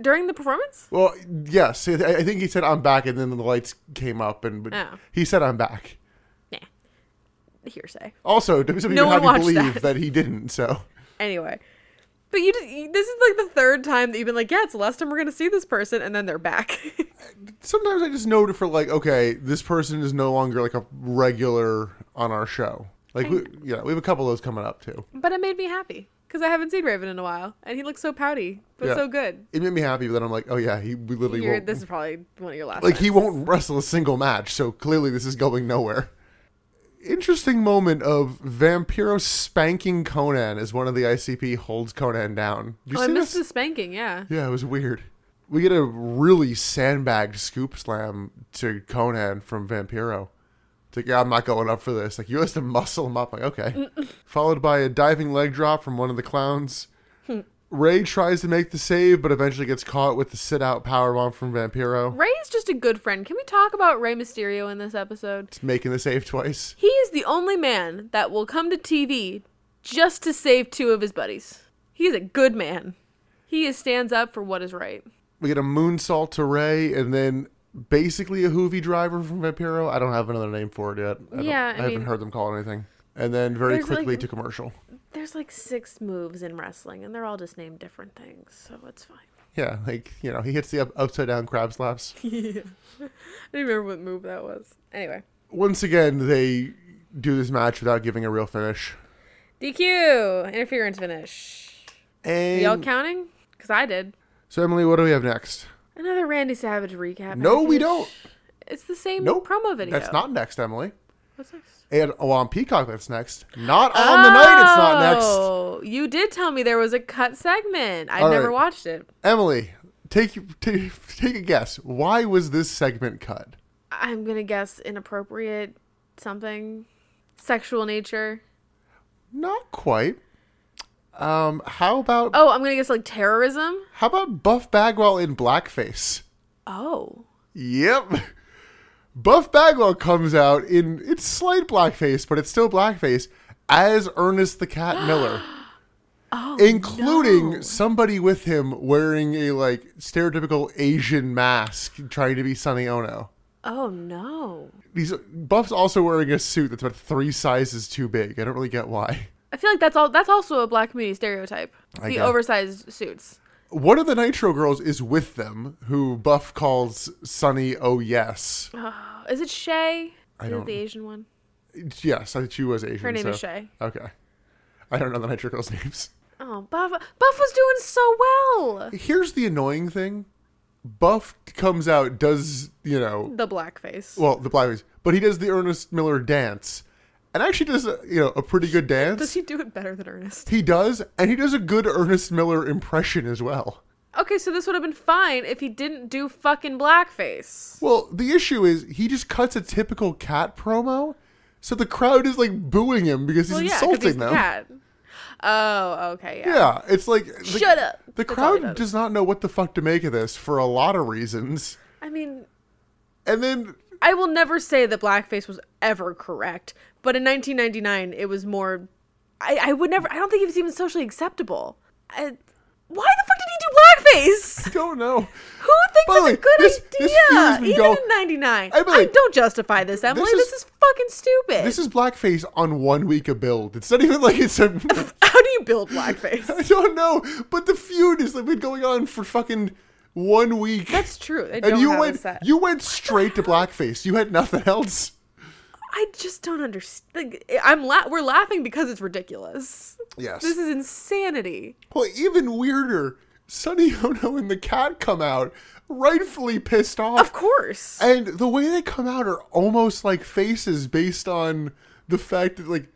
[SPEAKER 2] during the performance?
[SPEAKER 1] Well, yes, I I think he said, "I'm back," and then the lights came up, and but
[SPEAKER 2] Oh.
[SPEAKER 1] he said, "I'm back."
[SPEAKER 2] Nah, hearsay.
[SPEAKER 1] Also, WWE
[SPEAKER 2] No
[SPEAKER 1] would have
[SPEAKER 2] one
[SPEAKER 1] you
[SPEAKER 2] watched
[SPEAKER 1] believe
[SPEAKER 2] that.
[SPEAKER 1] that he didn't. So.
[SPEAKER 2] Anyway. But you just, you- this is like the third time that you've been like, yeah, it's the last time we're going to see this person, and then they're back. <laughs>
[SPEAKER 1] sometimes I just know to- for like, okay, this person is no longer like a regular on our show. Like, we, yeah, we have a couple of those coming up too.
[SPEAKER 2] but it made me happy because I haven't seen Raven in a while, and he looks so pouty, but
[SPEAKER 1] Yeah.
[SPEAKER 2] so good.
[SPEAKER 1] It made me happy, but then I'm like, oh yeah, he we literally
[SPEAKER 2] You're,
[SPEAKER 1] won't.
[SPEAKER 2] this is probably one of your last.
[SPEAKER 1] like
[SPEAKER 2] times.
[SPEAKER 1] he won't wrestle a single match, so clearly this is going nowhere. Interesting moment of Vampiro spanking Conan as one of the ICP holds Conan down. Did you
[SPEAKER 2] oh, I
[SPEAKER 1] see
[SPEAKER 2] missed
[SPEAKER 1] this?
[SPEAKER 2] the spanking. Yeah,
[SPEAKER 1] Yeah, it was weird. We get a really sandbagged scoop slam to Conan from Vampiro. It's like, yeah, I'm not going up for this. Like, you has to muscle him up. Like,
[SPEAKER 2] <laughs>
[SPEAKER 1] okay. Followed by a diving leg drop from one of the clowns. Ray tries to make the save, but eventually gets caught with the sit out powerbomb from Vampiro.
[SPEAKER 2] Ray is just a good friend. Can we talk about Ray Mysterio in this episode?
[SPEAKER 1] It's making the save twice.
[SPEAKER 2] He is the only man that will come to TV just to save two of his buddies. He is a good man. He is, stands up for what is right.
[SPEAKER 1] We get a moonsault to Ray, and then basically a Hoovy driver from Vampiro. I don't have another name for it yet. I don't-
[SPEAKER 2] Yeah, I
[SPEAKER 1] I, haven't
[SPEAKER 2] mean-
[SPEAKER 1] heard them call it anything. And then very
[SPEAKER 2] There's, like,
[SPEAKER 1] quickly to commercial.
[SPEAKER 2] There's like six moves in wrestling, and they're all just named different things, so it's <laughs> fine.
[SPEAKER 1] Yeah, like you know, he hits the up- upside down crab slaps.
[SPEAKER 2] I don't remember what move that was. Anyway,
[SPEAKER 1] Once again, they do this match without giving a real finish.
[SPEAKER 2] DQ interference finish.
[SPEAKER 1] And
[SPEAKER 2] Y'all counting? Cause I did.
[SPEAKER 1] so Emily, what do we have next?
[SPEAKER 2] Another Randy Savage recap.
[SPEAKER 1] No, we
[SPEAKER 2] package.
[SPEAKER 1] don't.
[SPEAKER 2] It's the same
[SPEAKER 1] Nope.
[SPEAKER 2] promo video.
[SPEAKER 1] That's not next, Emily.
[SPEAKER 2] What's next?
[SPEAKER 1] And oh, on Peacock, that's next. Not on the night, it's not next.
[SPEAKER 2] Oh, You did tell me there was a cut segment. I
[SPEAKER 1] All
[SPEAKER 2] never
[SPEAKER 1] right.
[SPEAKER 2] watched it.
[SPEAKER 1] Emily, take take take a guess. Why was this segment cut?
[SPEAKER 2] I'm gonna guess inappropriate something, sexual nature.
[SPEAKER 1] Not quite. Um, how about
[SPEAKER 2] Oh, I'm gonna guess like terrorism.
[SPEAKER 1] how about Buff Bagwell in blackface?
[SPEAKER 2] Oh,
[SPEAKER 1] Yep. Buff Bagwell comes out in it's slight blackface, but it's still blackface as Ernest the Cat Miller. including
[SPEAKER 2] no.
[SPEAKER 1] somebody with him wearing a like stereotypical Asian mask trying to be Sonny Ono.
[SPEAKER 2] oh no.
[SPEAKER 1] He's Buff's also wearing a suit that's about 3 sizes too big. I don't really get why.
[SPEAKER 2] I feel like that's all. That's also a black community stereotype.
[SPEAKER 1] I
[SPEAKER 2] the
[SPEAKER 1] guess.
[SPEAKER 2] oversized <sighs> suits.
[SPEAKER 1] One of the Nitro girls is with them, who Buff calls Sunny. Oh yes,
[SPEAKER 2] Oh, is it Shay?
[SPEAKER 1] I
[SPEAKER 2] is
[SPEAKER 1] don't-
[SPEAKER 2] it the Asian one?
[SPEAKER 1] yes. I think she was Asian.
[SPEAKER 2] Her name is
[SPEAKER 1] so-
[SPEAKER 2] Shay.
[SPEAKER 1] Okay, I don't know the Nitro girls' names.
[SPEAKER 2] Oh, Buff. Buff was doing so well.
[SPEAKER 1] Here's the annoying thing: Buff comes out, does you know,
[SPEAKER 2] The blackface.
[SPEAKER 1] well, the blackface, but he does the Ernest Miller dance, and actually does uh, you know a pretty good dance.
[SPEAKER 2] Does he do it better than Ernest?
[SPEAKER 1] he does, and he does a good Ernest Miller impression as well.
[SPEAKER 2] Okay, so this would have been fine if he didn't do fucking blackface.
[SPEAKER 1] Well, the issue is he just cuts a typical cat promo, so the crowd is like booing him because he's
[SPEAKER 2] Well, yeah, 'cause
[SPEAKER 1] insulting
[SPEAKER 2] he's the
[SPEAKER 1] them.
[SPEAKER 2] cat. Oh, okay, yeah.
[SPEAKER 1] Yeah, it's like the,
[SPEAKER 2] Shut up.
[SPEAKER 1] The
[SPEAKER 2] That's all he
[SPEAKER 1] crowd
[SPEAKER 2] does.
[SPEAKER 1] does not know what the fuck to make of this for a lot of reasons,
[SPEAKER 2] I mean,
[SPEAKER 1] and then
[SPEAKER 2] I will never say that blackface was ever correct, but in 1999, it was more. I, I would never. I don't think it was even socially acceptable. I, why the fuck did he do
[SPEAKER 1] <laughs>
[SPEAKER 2] blackface?
[SPEAKER 1] don't know.
[SPEAKER 2] Who thinks
[SPEAKER 1] By the
[SPEAKER 2] it's
[SPEAKER 1] way,
[SPEAKER 2] a good
[SPEAKER 1] this-
[SPEAKER 2] idea?
[SPEAKER 1] this feud has been
[SPEAKER 2] even
[SPEAKER 1] go-
[SPEAKER 2] in 99.
[SPEAKER 1] I mean,
[SPEAKER 2] I don't justify this, Emily.
[SPEAKER 1] is-
[SPEAKER 2] This is, fucking stupid.
[SPEAKER 1] This is blackface on one week of build. It's not even like it's a. <laughs>
[SPEAKER 2] <laughs> How do you build blackface?
[SPEAKER 1] I don't know, but the feud has been going on for fucking one week,
[SPEAKER 2] That's true. I
[SPEAKER 1] and
[SPEAKER 2] don't
[SPEAKER 1] you
[SPEAKER 2] have a
[SPEAKER 1] went
[SPEAKER 2] set.
[SPEAKER 1] you went straight to blackface. You had nothing else.
[SPEAKER 2] I just don't understand. I'm la- we're laughing because it's ridiculous.
[SPEAKER 1] Yes.
[SPEAKER 2] This is insanity.
[SPEAKER 1] Well, even weirder, Sonny Ono and the cat come out, rightfully pissed off.
[SPEAKER 2] Of course.
[SPEAKER 1] And the way they come out are almost like faces based on the fact that, like,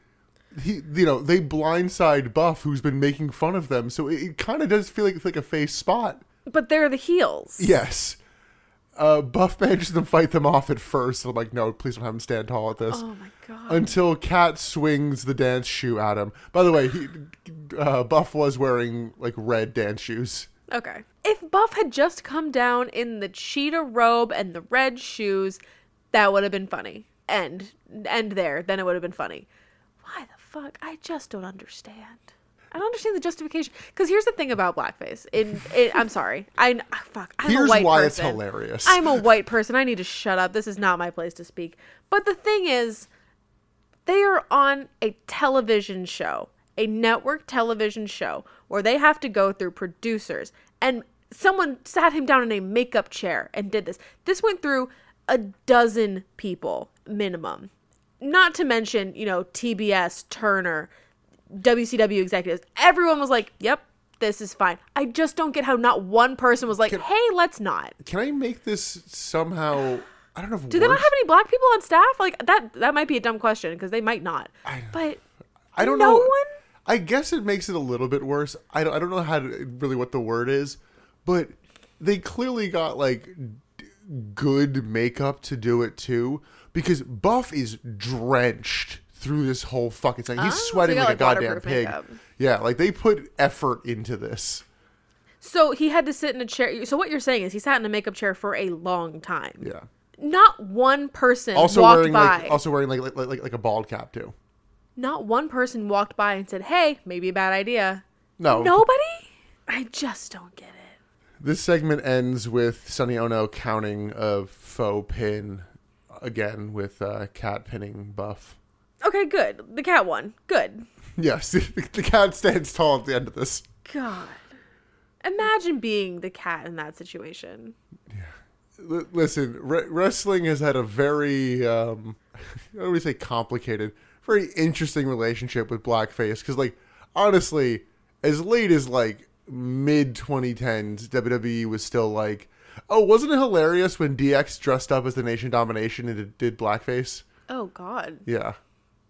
[SPEAKER 1] he, you know, they blindside Buff, who's been making fun of them. So it, it kind of does feel like it's like a face spot.
[SPEAKER 2] but they're the heels.
[SPEAKER 1] Yes. Uh, Buff manages to fight them off at first. I'm like, no, please don't have him stand tall at this.
[SPEAKER 2] Oh my god.
[SPEAKER 1] Until Cat swings the dance shoe at him. By the way, he, uh, Buff was wearing like red dance shoes.
[SPEAKER 2] Okay. If Buff had just come down in the cheetah robe and the red shoes, that would have been funny. End. End there. Then it would have been funny. Why the fuck? I just don't understand. I don't understand the justification. Because here's the thing about blackface. In, in I'm sorry. I kn- ah, fuck. I'm
[SPEAKER 1] Here's
[SPEAKER 2] a white
[SPEAKER 1] why it's
[SPEAKER 2] person.
[SPEAKER 1] hilarious.
[SPEAKER 2] I'm a white person. I need to shut up. This is not my place to speak. But the thing is, they are on a television show, a network television show, where they have to go through producers. And someone sat him down in a makeup chair and did this. This went through a dozen people minimum. Not to mention, you know, TBS, Turner, WCW executives. Everyone was like, yep, this is fine. I just don't get how not one person was like, hey, let's not.
[SPEAKER 1] Can I make this somehow? I don't know. If
[SPEAKER 2] Do they not have any black people on staff? Like that that might be a dumb question because they might not. But
[SPEAKER 1] I don't
[SPEAKER 2] no
[SPEAKER 1] know.
[SPEAKER 2] one?
[SPEAKER 1] I guess it makes it a little bit worse. I don't, I don't know how to, really what the word is, but they clearly got like d- good makeup to do it too because Buff is drenched through this whole fucking thing. He's
[SPEAKER 2] Oh, so
[SPEAKER 1] sweating
[SPEAKER 2] they
[SPEAKER 1] like,
[SPEAKER 2] got,
[SPEAKER 1] a
[SPEAKER 2] like,
[SPEAKER 1] goddamn
[SPEAKER 2] waterproof
[SPEAKER 1] pig.
[SPEAKER 2] makeup.
[SPEAKER 1] Yeah, like they put effort into this.
[SPEAKER 2] so he had to sit in a chair. So what you're saying is he sat in a makeup chair for a long time.
[SPEAKER 1] Yeah.
[SPEAKER 2] Not one person
[SPEAKER 1] Also
[SPEAKER 2] walked
[SPEAKER 1] wearing
[SPEAKER 2] by.
[SPEAKER 1] like also wearing like like, like like a bald cap too.
[SPEAKER 2] not one person walked by and said, "Hey, maybe a bad idea."
[SPEAKER 1] No.
[SPEAKER 2] Nobody. I just don't get it.
[SPEAKER 1] This segment ends with Sonny Ono counting a faux pin again with uh, cat pinning buff. <laughs>
[SPEAKER 2] Okay, good. The cat won. Good.
[SPEAKER 1] Yes, <laughs> the, the cat stands tall at the end of this.
[SPEAKER 2] God. Imagine being the cat in that situation.
[SPEAKER 1] L- listen, re- wrestling has had a very, um, <laughs> I always say complicated, very interesting relationship with blackface. Because, like, honestly, as late as like mid 2010s, WWE E was still like, oh, wasn't it hilarious when DX dressed up as the Nation Domination and did, did blackface?
[SPEAKER 2] Oh God.
[SPEAKER 1] Yeah.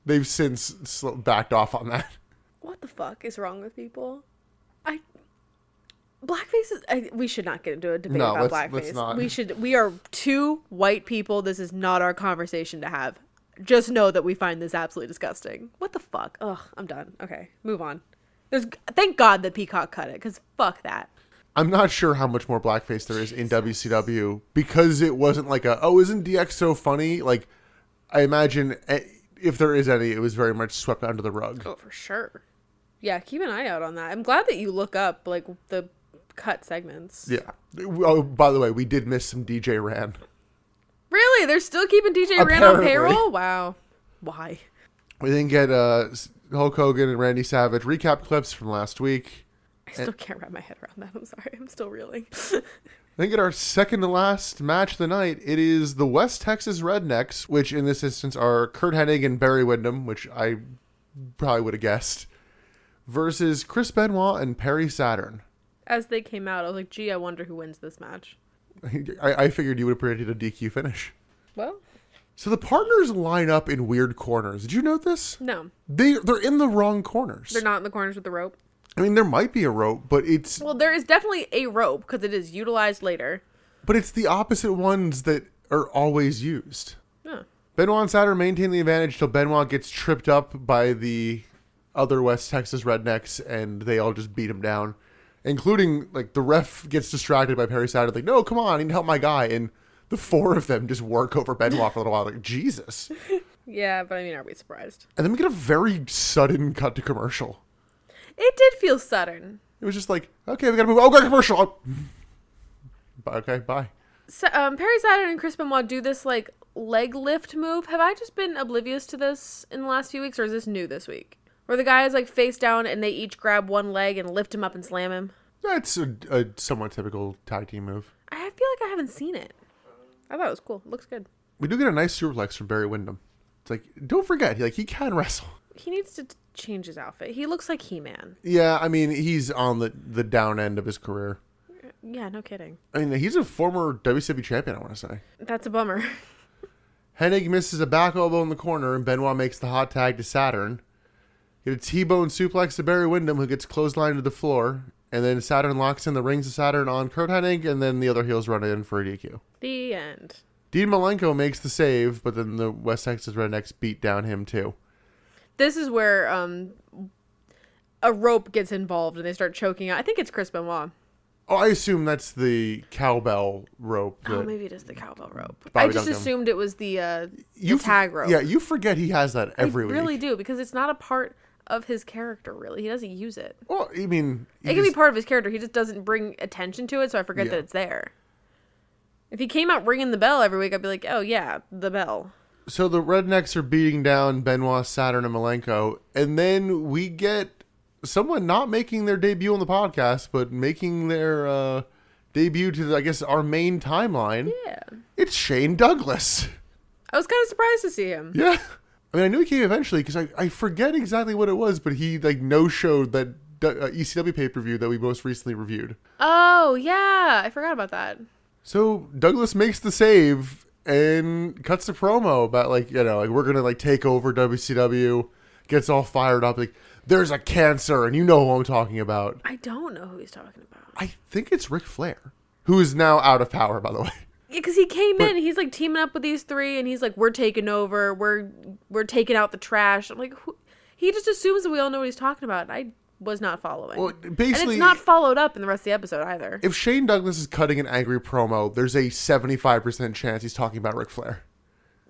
[SPEAKER 1] They've since sl- backed off on that. <laughs>
[SPEAKER 2] What the fuck is wrong with people? I Blackface is I, we should not get into a debate
[SPEAKER 1] No,
[SPEAKER 2] about
[SPEAKER 1] let's-
[SPEAKER 2] blackface.
[SPEAKER 1] let's not.
[SPEAKER 2] We should we are two white people. This is not our conversation to have. Just know that we find this absolutely disgusting. What the fuck? Ugh, I'm done. Okay, move on. There's thank God that Peacock cut it cuz fuck that.
[SPEAKER 1] I'm not sure how much more blackface there is in WCW because it wasn't like a oh isn't DX so funny like I imagine eh, if there is any it was very much swept under the rug.
[SPEAKER 2] Oh, for sure. Yeah, keep an eye out on that. I'm glad that you look up like the cut segments.
[SPEAKER 1] Yeah. Oh, by the way, we did miss some DJ Ran.
[SPEAKER 2] Really? They're still keeping DJ Rand on
[SPEAKER 1] Apparently.
[SPEAKER 2] payroll? Wow. Why?
[SPEAKER 1] We didn't get uh, S- Hulk Hogan and Randy Savage recap clips from last week.
[SPEAKER 2] I still can't wrap my head around that. I'm sorry. I'm still reeling. <laughs>
[SPEAKER 1] Then get our second to last match of the night. It is the West Texas Rednecks, which in this instance are Kurt Hennig and Barry Windham, which I probably would have guessed, versus Chris Benoit and Perry Saturn. <laughs>
[SPEAKER 2] As they came out, I was like, gee, I wonder who wins this match.
[SPEAKER 1] I, I figured you would have predicted a DQ finish.
[SPEAKER 2] Well,
[SPEAKER 1] So the partners line up in weird corners. Did you note this?
[SPEAKER 2] no.
[SPEAKER 1] They they're in the wrong corners.
[SPEAKER 2] They're not in the corners with the rope.
[SPEAKER 1] I mean, there might be a rope, but it's
[SPEAKER 2] Well, there is definitely a rope because it is utilized later.
[SPEAKER 1] but it's the opposite ones that are always used.
[SPEAKER 2] Huh.
[SPEAKER 1] Benoit and Saturn maintain the advantage till Benoit gets tripped up by the other West Texas rednecks, and they all just beat him down, including like the ref gets distracted by Perry Saturn, like, "No, come on, I need to help my guy," and the four of them just work over Benoit for a little while, like, Jesus.
[SPEAKER 2] Yeah, but I mean, are we surprised?
[SPEAKER 1] And then we get a very sudden cut to commercial.
[SPEAKER 2] It did feel sudden.
[SPEAKER 1] It was just like, okay, we gotta move. Oh, got commercial. Oh. Bye, Okay, bye.
[SPEAKER 2] So, um, Perry Saturn and Chris Benoit do this like leg lift move. Have I just been oblivious to this in the last few weeks, or is this new this week? Where the guy is like face down and they each grab one leg and lift him up and slam him.
[SPEAKER 1] That's a, a somewhat typical tag team move.
[SPEAKER 2] I feel like I haven't seen it. I thought it was cool. Looks good.
[SPEAKER 1] We do get a nice superplex from Barry Windham. It's like, don't forget, he- like he can wrestle.
[SPEAKER 2] He needs to t- change his outfit. He looks like He Man.
[SPEAKER 1] Yeah, I mean, he's on the the down end of his career.
[SPEAKER 2] Yeah, no kidding.
[SPEAKER 1] I mean, he's a former WCW champion. I want to say.
[SPEAKER 2] That's a bummer. <laughs>
[SPEAKER 1] Hennig misses a back elbow in the corner, and Benoit makes the hot tag to Saturn. Get a T-bone suplex to Barry Windham, who gets clotheslined to the floor, and then Saturn locks in the rings of Saturn on Kurt Hennig, and then the other heels run in for a DQ.
[SPEAKER 2] the end.
[SPEAKER 1] Dean Malenko makes the save, but then the West Texas Rednecks beat down him too.
[SPEAKER 2] This is where um a rope gets involved and they start choking out. I think it's Chris Benoit.
[SPEAKER 1] Oh, I assume that's the cowbell rope.
[SPEAKER 2] Oh,
[SPEAKER 1] that-
[SPEAKER 2] maybe it is the cowbell rope.
[SPEAKER 1] Bobby
[SPEAKER 2] I just
[SPEAKER 1] Duncan.
[SPEAKER 2] assumed it was the uh
[SPEAKER 1] you
[SPEAKER 2] the tag rope.
[SPEAKER 1] Yeah, you forget he has that every
[SPEAKER 2] I
[SPEAKER 1] week.
[SPEAKER 2] really do because it's not a part of his character really. He doesn't use it.
[SPEAKER 1] Well, I mean,
[SPEAKER 2] It can be part of his character. He just doesn't bring attention to it, so I forget
[SPEAKER 1] Yeah.
[SPEAKER 2] that it's there. If he came out ringing the bell every week, I'd be like, "Oh yeah, the bell."
[SPEAKER 1] so the rednecks are beating down Benoit, Saturn, and Malenko, and then we get someone not making their debut on the podcast, but making their uh, debut to, the, I guess, our main timeline.
[SPEAKER 2] Yeah.
[SPEAKER 1] It's Shane Douglas. <laughs>
[SPEAKER 2] I was kind of surprised to see him.
[SPEAKER 1] Yeah, I mean, I knew he came eventually because I, I forget exactly what it was, but he like no showed that uh, ECW pay per view that we most recently reviewed.
[SPEAKER 2] Oh, yeah. I forgot about that.
[SPEAKER 1] So Douglas makes the save and cuts the promo about like you know like we're gonna like take over WCW, gets all fired up like there's a cancer and you know who I'm talking about.
[SPEAKER 2] I don't know who he's talking about.
[SPEAKER 1] I think it's Ric Flair, who is now out of power by the way. <laughs>
[SPEAKER 2] Because he came in, he's like teaming up with these three, and he's like, "We're taking over. We're we're taking out the trash." I'm like, who? he just assumes that we all know what he's talking about. and I was not following.
[SPEAKER 1] Well,
[SPEAKER 2] and
[SPEAKER 1] basically-
[SPEAKER 2] it's not followed up in the rest of the episode either.
[SPEAKER 1] If Shane Douglas is cutting an angry promo, there's a 75% chance he's talking about Ric Flair.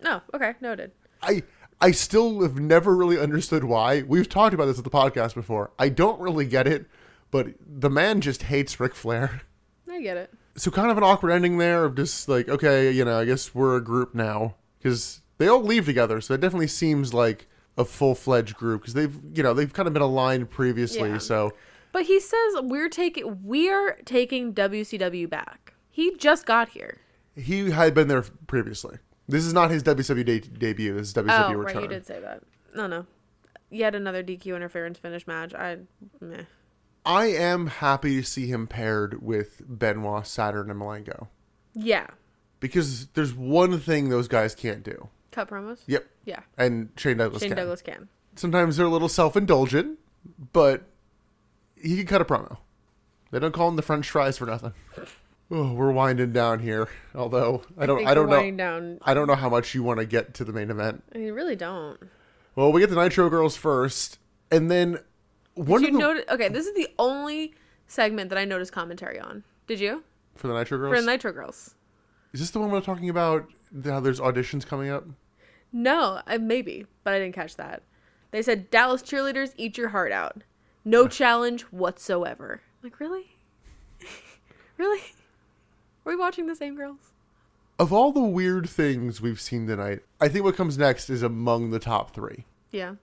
[SPEAKER 2] No. okay, noted.
[SPEAKER 1] I I still have never really understood why. We've talked about this at the podcast before. I don't really get it, but the man just hates Ric Flair. <laughs>
[SPEAKER 2] I I get it.
[SPEAKER 1] So kind of an awkward ending there of just like, okay, you know, I guess we're a group now because they all leave together. So it definitely seems like a full fledged group because they've, you know, they've kind of been aligned previously.
[SPEAKER 2] Yeah.
[SPEAKER 1] So
[SPEAKER 2] But he says we're taking we're taking WCW back. He just got here.
[SPEAKER 1] he had been there previously. This is not his WCW de- debut. This is WCW
[SPEAKER 2] oh,
[SPEAKER 1] return.
[SPEAKER 2] right, you did say that. No, no. Yet another DQ interference finish match. I meh.
[SPEAKER 1] I am happy to see him paired with Benoit, Saturn, and Malenko
[SPEAKER 2] Yeah.
[SPEAKER 1] because there's one thing those guys can't do.
[SPEAKER 2] Cut promos?
[SPEAKER 1] Yep.
[SPEAKER 2] Yeah.
[SPEAKER 1] And Shane Douglas.
[SPEAKER 2] Shane
[SPEAKER 1] can.
[SPEAKER 2] Douglas can.
[SPEAKER 1] Sometimes they're a little self-indulgent, but he can cut a promo. They don't call him the French fries for nothing. Oh, we're winding down here. Although I don't,
[SPEAKER 2] think
[SPEAKER 1] I, don't
[SPEAKER 2] we're
[SPEAKER 1] know.
[SPEAKER 2] winding down.
[SPEAKER 1] I don't know how much you want to get to the main event.
[SPEAKER 2] I mean, really don't.
[SPEAKER 1] Well, we get the Nitro girls first, and then one
[SPEAKER 2] Did
[SPEAKER 1] of
[SPEAKER 2] you
[SPEAKER 1] the
[SPEAKER 2] notice? Okay, this is the only segment that I noticed commentary on. Did you?
[SPEAKER 1] for the Nitro girls.
[SPEAKER 2] For Nitro Girls.
[SPEAKER 1] Is this the one we're talking about? How there's auditions coming up?
[SPEAKER 2] No, I, maybe, but I didn't catch that. They said Dallas cheerleaders eat your heart out. <laughs> No challenge whatsoever. Like really? <laughs> really? Are we watching the same girls?
[SPEAKER 1] Of all the weird things we've seen tonight, I think what comes next is among the top three.
[SPEAKER 2] Yeah.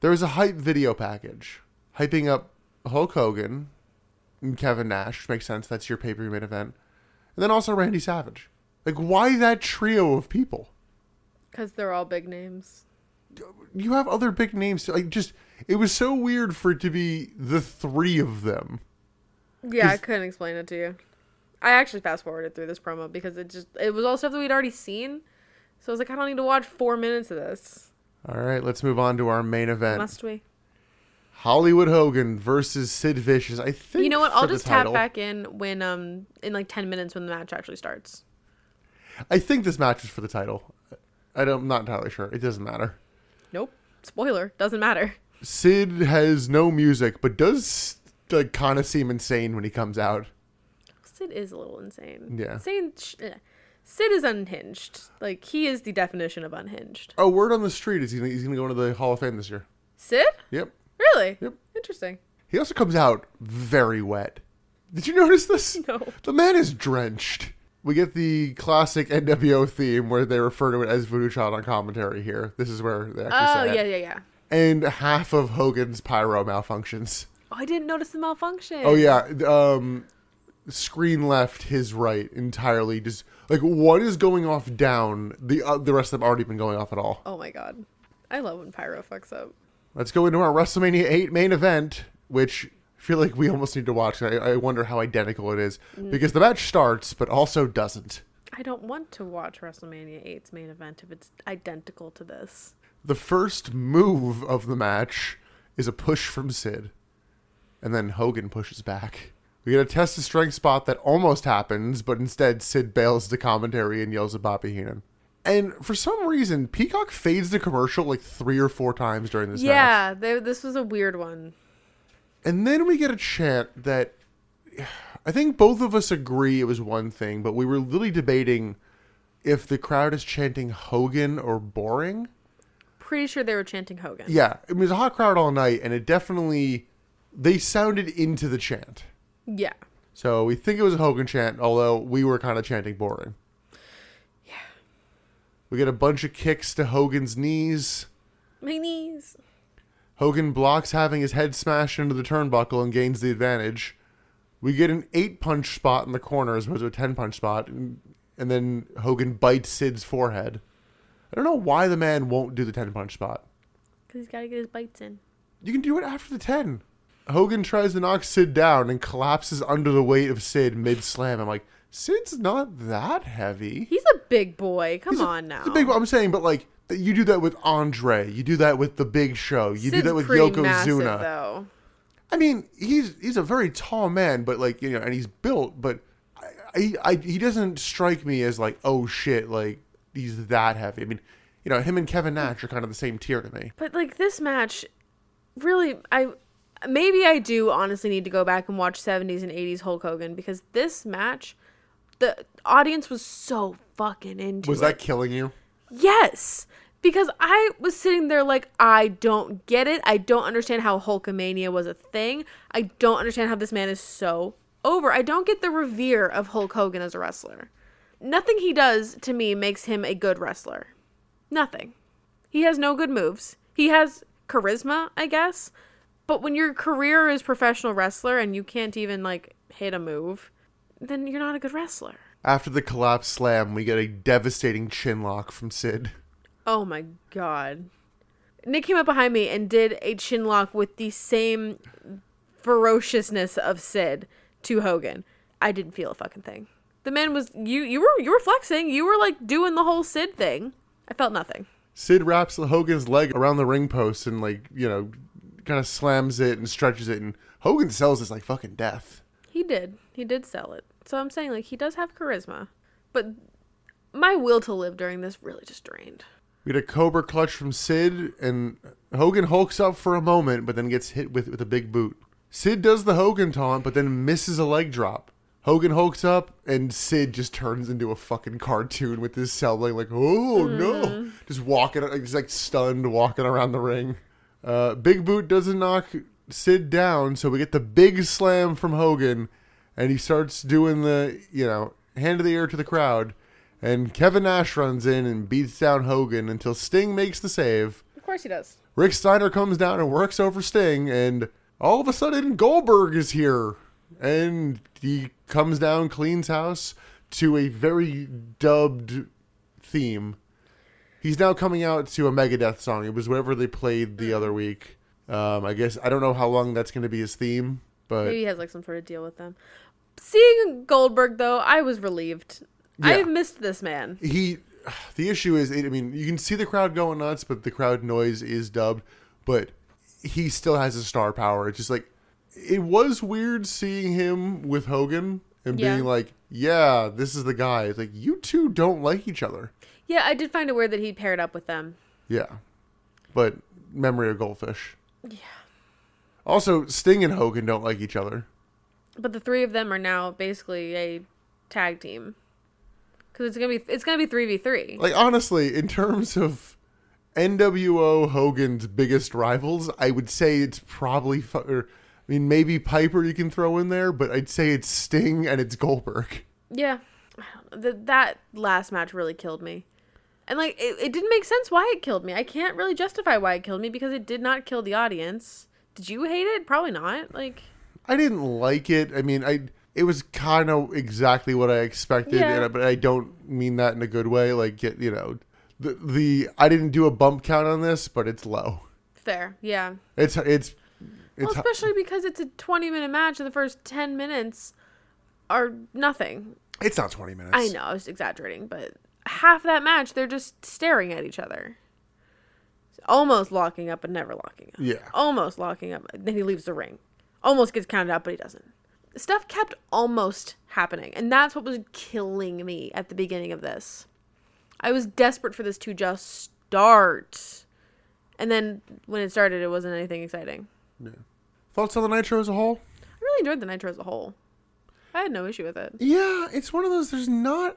[SPEAKER 1] There was a hype video package hyping up Hulk Hogan and Kevin Nash. Makes sense. That's your pay per view main event. And then also Randy Savage. Like, why that trio of people?
[SPEAKER 2] Cuz they're all big names.
[SPEAKER 1] You have other big names. to- Like, just, it was so weird for it to be the three of them.
[SPEAKER 2] Yeah, I
[SPEAKER 1] Is-
[SPEAKER 2] couldn't explain it to you. I actually fast forwarded through this promo because it just it was all stuff that we'd already seen. So I was like, I don't need to watch four minutes of this.
[SPEAKER 1] All right, let's move on to our main event
[SPEAKER 2] Must we?
[SPEAKER 1] Hollywood Hogan versus Sid Vicious. I think
[SPEAKER 2] You know what?
[SPEAKER 1] for
[SPEAKER 2] I'll
[SPEAKER 1] the
[SPEAKER 2] just tap
[SPEAKER 1] title.
[SPEAKER 2] back in when um in like ten minutes when the match actually starts.
[SPEAKER 1] I think this match is for the title. I don't, I'm not entirely sure. It doesn't matter.
[SPEAKER 2] Nope. Spoiler. Doesn't matter. <laughs>
[SPEAKER 1] Sid has no music, but does like kind of seem insane when he comes out.
[SPEAKER 2] Sid is a little insane.
[SPEAKER 1] Yeah.
[SPEAKER 2] Insane. sh- eh. Sid is unhinged. Like he is the definition of unhinged.
[SPEAKER 1] Oh, word on the street is he's gonna, he's gonna go into the Hall of Fame this year.
[SPEAKER 2] Sid?
[SPEAKER 1] Yep.
[SPEAKER 2] Really?
[SPEAKER 1] Yep.
[SPEAKER 2] Interesting.
[SPEAKER 1] He also comes out very wet. Did you notice this?
[SPEAKER 2] No.
[SPEAKER 1] The man is drenched. We get the classic NWO theme where they refer to it as Voodoo Child on commentary here. This is where they actually
[SPEAKER 2] Oh
[SPEAKER 1] say
[SPEAKER 2] yeah,
[SPEAKER 1] it.
[SPEAKER 2] yeah, yeah.
[SPEAKER 1] And half of Hogan's pyro malfunctions.
[SPEAKER 2] Oh, I didn't notice the malfunction.
[SPEAKER 1] Oh yeah, um, screen left, his right, entirely just like what is going off down. The uh, the rest of them already been going off at all.
[SPEAKER 2] Oh my god. I love when Pyro fucks up.
[SPEAKER 1] Let's go into our WrestleMania eight main event, which I feel like we almost need to watch. I, I wonder how identical it is because the match starts but also doesn't.
[SPEAKER 2] I don't want to watch WrestleMania 8's main event if it's identical to this.
[SPEAKER 1] The first move of the match is a push from Sid, and then Hogan pushes back. We get a test of strength spot that almost happens, but instead Sid bails to commentary and yells at Bobby Heenan. And for some reason, Peacock fades the commercial like three or four times during this match.
[SPEAKER 2] Yeah, they, this was a weird one.
[SPEAKER 1] And then we get a chant that I think both of us agree it was one thing, but we were really debating if the crowd is chanting Hogan or boring.
[SPEAKER 2] Pretty sure they were chanting Hogan.
[SPEAKER 1] Yeah, it was a hot crowd all night, and it definitely they sounded into the chant.
[SPEAKER 2] Yeah.
[SPEAKER 1] So we think it was a Hogan chant, although we were kind of chanting boring. Yeah. We get a bunch of kicks to Hogan's knees.
[SPEAKER 2] My knees.
[SPEAKER 1] Hogan blocks having his head smashed into the turnbuckle and gains the advantage. We get an eight punch spot in the corner as opposed to a ten punch spot, and, and then Hogan bites Sid's forehead. I don't know why the man won't do the ten punch spot.
[SPEAKER 2] Because he's got to get his bites in.
[SPEAKER 1] You can do it after the 10. Hogan tries to knock Sid down and collapses under the weight of Sid mid slam. I'm like, Sid's not that heavy.
[SPEAKER 2] He's a big boy. Come
[SPEAKER 1] He's a-
[SPEAKER 2] on now.
[SPEAKER 1] he's a big, I'm saying, but like, you do that with Andre. You do that with The Big Show. You do
[SPEAKER 2] Sid's
[SPEAKER 1] that with
[SPEAKER 2] pretty
[SPEAKER 1] Yokozuna.
[SPEAKER 2] massive, though.
[SPEAKER 1] I mean, he's he's a very tall man, but like you know, and he's built, but I, I, I he doesn't strike me as like oh shit, like he's that heavy. I mean, you know, him and Kevin Nash are kind of the same tier to me.
[SPEAKER 2] But like this match, really, I maybe I do honestly need to go back and watch 70s and 80s Hulk Hogan because this match, the audience was so fucking into
[SPEAKER 1] Was
[SPEAKER 2] it.
[SPEAKER 1] that killing you?
[SPEAKER 2] Yes. Because I was sitting there like, I don't get it. I don't understand how Hulkamania was a thing. I don't understand how this man is so over. I don't get the revere of Hulk Hogan as a wrestler. Nothing he does to me makes him a good wrestler. Nothing. He has no good moves. He has charisma, I guess. But when your career is professional wrestler and you can't even like hit a move, then you're not a good wrestler.
[SPEAKER 1] After the collapse slam, we get a devastating chin lock from Sid.
[SPEAKER 2] Oh my god. Nick came up behind me and did a chin lock with the same ferociousness of Sid to Hogan. I didn't feel a fucking thing. The man was you you were you were flexing. You were like doing the whole Sid thing. I felt nothing.
[SPEAKER 1] Sid wraps Hogan's leg around the ring post and like, you know, kind of slams it and stretches it and Hogan sells this like fucking death.
[SPEAKER 2] He did. He did sell it. So I'm saying like he does have charisma. But my will to live during this really just drained.
[SPEAKER 1] We had a Cobra clutch from Sid, and Hogan hulks up for a moment, but then gets hit with, with a big boot. Sid does the Hogan taunt, but then misses a leg drop. Hogan hulks up, and Sid just turns into a fucking cartoon with his cell leg, like, oh no. Just walking, he's like stunned, walking around the ring. Uh, big boot doesn't knock Sid down, so we get the big slam from Hogan, and he starts doing the, you know, hand of the air to the crowd. And Kevin Nash runs in and beats down Hogan until Sting makes the save.
[SPEAKER 2] Of course he does.
[SPEAKER 1] Rick Steiner comes down and works over Sting, and all of a sudden Goldberg is here. And he comes down, cleans house to a very dubbed theme. He's now coming out to a Megadeth song. It was whatever they played the other week. Um, I guess I don't know how long that's going to be his theme, but
[SPEAKER 2] Maybe he has like some sort of deal with them. Seeing Goldberg though, I was relieved.
[SPEAKER 1] Yeah.
[SPEAKER 2] I've missed this man.
[SPEAKER 1] he the issue is i mean you can see the crowd going nuts but the crowd noise is dubbed but he still has his star power it's just like it was weird seeing him with hogan and
[SPEAKER 2] Yeah.
[SPEAKER 1] being like yeah this is the guy it's like you two don't like each other
[SPEAKER 2] Yeah, I did find it weird that he paired up with them.
[SPEAKER 1] yeah but memory of goldfish yeah also sting and hogan don't like each other
[SPEAKER 2] But the three of them are now basically a tag team. Cuz it's going to be it's going to be 3v3.
[SPEAKER 1] like honestly in terms of nwo hogan's biggest rivals i would say it's probably fu- or, i mean maybe piper you can throw in there but i'd say it's sting and it's goldberg
[SPEAKER 2] Yeah. I don't know. Th- that last match really killed me. And like it, it didn't make sense why it killed me. I can't really justify why it killed me because it did not kill the audience. Did you hate it? Probably not. Like
[SPEAKER 1] i didn't like it i mean i it was kind of exactly what i expected
[SPEAKER 2] Yeah.
[SPEAKER 1] and I, but i don't mean that in a good way like get you know the, the i didn't do a bump count on this but it's low
[SPEAKER 2] fair. Yeah.
[SPEAKER 1] it's it's it's
[SPEAKER 2] Well, especially because it's a 20 minute match and the first 10 minutes are nothing.
[SPEAKER 1] it's not 20 minutes
[SPEAKER 2] I know, I was exaggerating, but half that match, they're just staring at each other. Almost locking up, but never locking up.
[SPEAKER 1] Yeah.
[SPEAKER 2] Almost locking up. Then he leaves the ring. Almost gets counted out, but he doesn't. Stuff kept almost happening. And that's what was killing me at the beginning of this. I was desperate for this to just start. And then when it started, it wasn't anything exciting.
[SPEAKER 1] thoughts on the nitro as a whole
[SPEAKER 2] I really enjoyed the Nitro as a whole. I had no issue with it.
[SPEAKER 1] Yeah, it's one of those. There's not.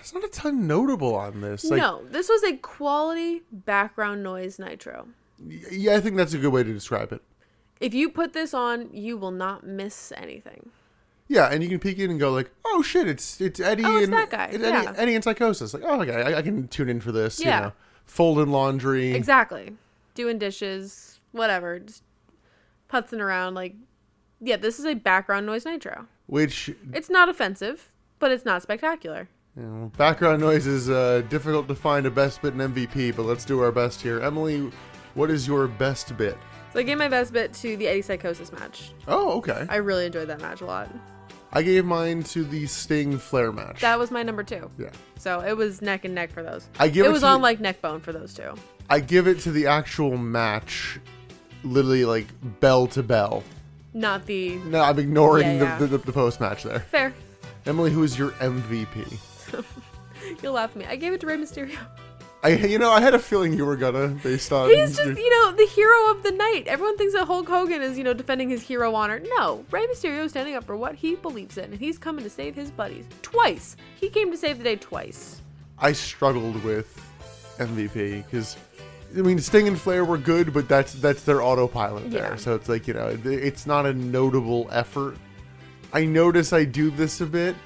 [SPEAKER 1] It's not a ton notable on this. Like,
[SPEAKER 2] no, this was a quality background noise Nitro.
[SPEAKER 1] y- yeah, I think that's a good way to describe it.
[SPEAKER 2] If you put this on, you will not miss anything.
[SPEAKER 1] Yeah, and you can peek in and go like, "Oh shit, it's it's Eddie
[SPEAKER 2] Oh, it's
[SPEAKER 1] and
[SPEAKER 2] that guy,
[SPEAKER 1] it's Eddie,
[SPEAKER 2] yeah.
[SPEAKER 1] Eddie and Psychosis." Like, oh, okay, I, I can tune in for this.
[SPEAKER 2] Yeah.
[SPEAKER 1] You know, fold in laundry.
[SPEAKER 2] Exactly. Doing dishes, whatever, just putzing around. Like, yeah, this is a background noise Nitro.
[SPEAKER 1] Which
[SPEAKER 2] It's not offensive, but it's not spectacular.
[SPEAKER 1] you know, background noise is uh, difficult to find a best bit and MVP, but let's do our best here. Emily, what is your best bit?
[SPEAKER 2] So I gave my best bit to the Eddie Psychosis match.
[SPEAKER 1] Oh, okay.
[SPEAKER 2] I really enjoyed that match a lot.
[SPEAKER 1] I gave mine to the Sting Flare match.
[SPEAKER 2] That was my number two.
[SPEAKER 1] yeah.
[SPEAKER 2] So it was neck and neck for those.
[SPEAKER 1] I give
[SPEAKER 2] it
[SPEAKER 1] it
[SPEAKER 2] was
[SPEAKER 1] to
[SPEAKER 2] on
[SPEAKER 1] you-
[SPEAKER 2] like neck bone for those two.
[SPEAKER 1] I give it to the actual match, literally like bell to bell.
[SPEAKER 2] Not the
[SPEAKER 1] No, I'm ignoring
[SPEAKER 2] Yeah,
[SPEAKER 1] the,
[SPEAKER 2] yeah.
[SPEAKER 1] The, the, the post match there.
[SPEAKER 2] fair. <laughs>
[SPEAKER 1] Emily, who is your MVP?
[SPEAKER 2] You'll laugh at me. I gave it to Rey Mysterio.
[SPEAKER 1] I, you know, I had a feeling you were gonna based on.
[SPEAKER 2] He's
[SPEAKER 1] your-
[SPEAKER 2] just, you know, the hero of the night. Everyone thinks that Hulk Hogan is, you know, defending his hero honor. No, Rey Mysterio is standing up for what he believes in, and he's coming to save his buddies twice. He came to save the day twice.
[SPEAKER 1] I struggled with MVP because, I mean, Sting and Flair were good, but that's that's their autopilot
[SPEAKER 2] Yeah.
[SPEAKER 1] there. So it's like you know, it- it's not a notable effort. I notice I do this a bit,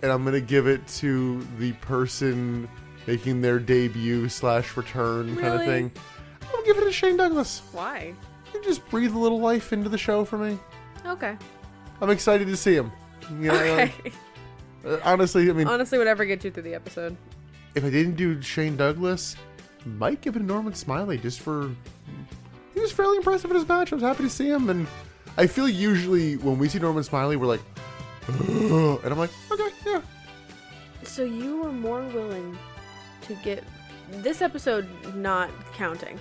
[SPEAKER 1] and I'm gonna give it to the person making their debut slash return kind of
[SPEAKER 2] Really?
[SPEAKER 1] thing. I'm gonna give it to Shane Douglas.
[SPEAKER 2] Why?
[SPEAKER 1] Can you just breathe a little life into the show for me?
[SPEAKER 2] Okay.
[SPEAKER 1] I'm excited to see him. You know,
[SPEAKER 2] Okay.
[SPEAKER 1] uh, honestly, I mean,
[SPEAKER 2] <laughs> Honestly, whatever gets you through the episode.
[SPEAKER 1] if I didn't do Shane Douglas, might give it to Norman Smiley just for he was fairly impressive in his match. I was happy to see him, and I feel usually when we see Norman Smiley, we're like, "Ugh," and I'm like, okay, yeah,
[SPEAKER 2] So you were more willing to get this episode not counting.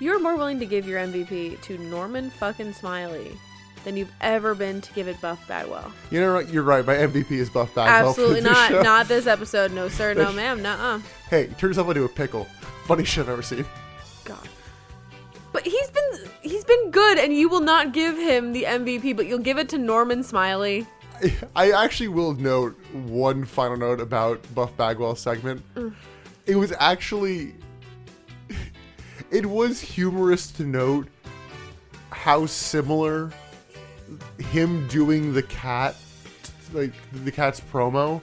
[SPEAKER 2] You're more willing to give your MVP to Norman fucking Smiley than you've ever been to give it Buff Badwell.
[SPEAKER 1] you know, what? you're right. My MVP is Buff Bagwell. for
[SPEAKER 2] Absolutely
[SPEAKER 1] this
[SPEAKER 2] not.
[SPEAKER 1] show.
[SPEAKER 2] Not this episode. No sir. <laughs> No ma'am. Nuh-uh.
[SPEAKER 1] Hey, turn yourself into a pickle. Funny shit I've ever seen.
[SPEAKER 2] God. But he's been he's been good, and you will not give him the MVP, but you'll give it to Norman Smiley.
[SPEAKER 1] I actually will note one final note about Buff Bagwell's segment. It was actually it was humorous to note how similar him doing the cat like the cat's promo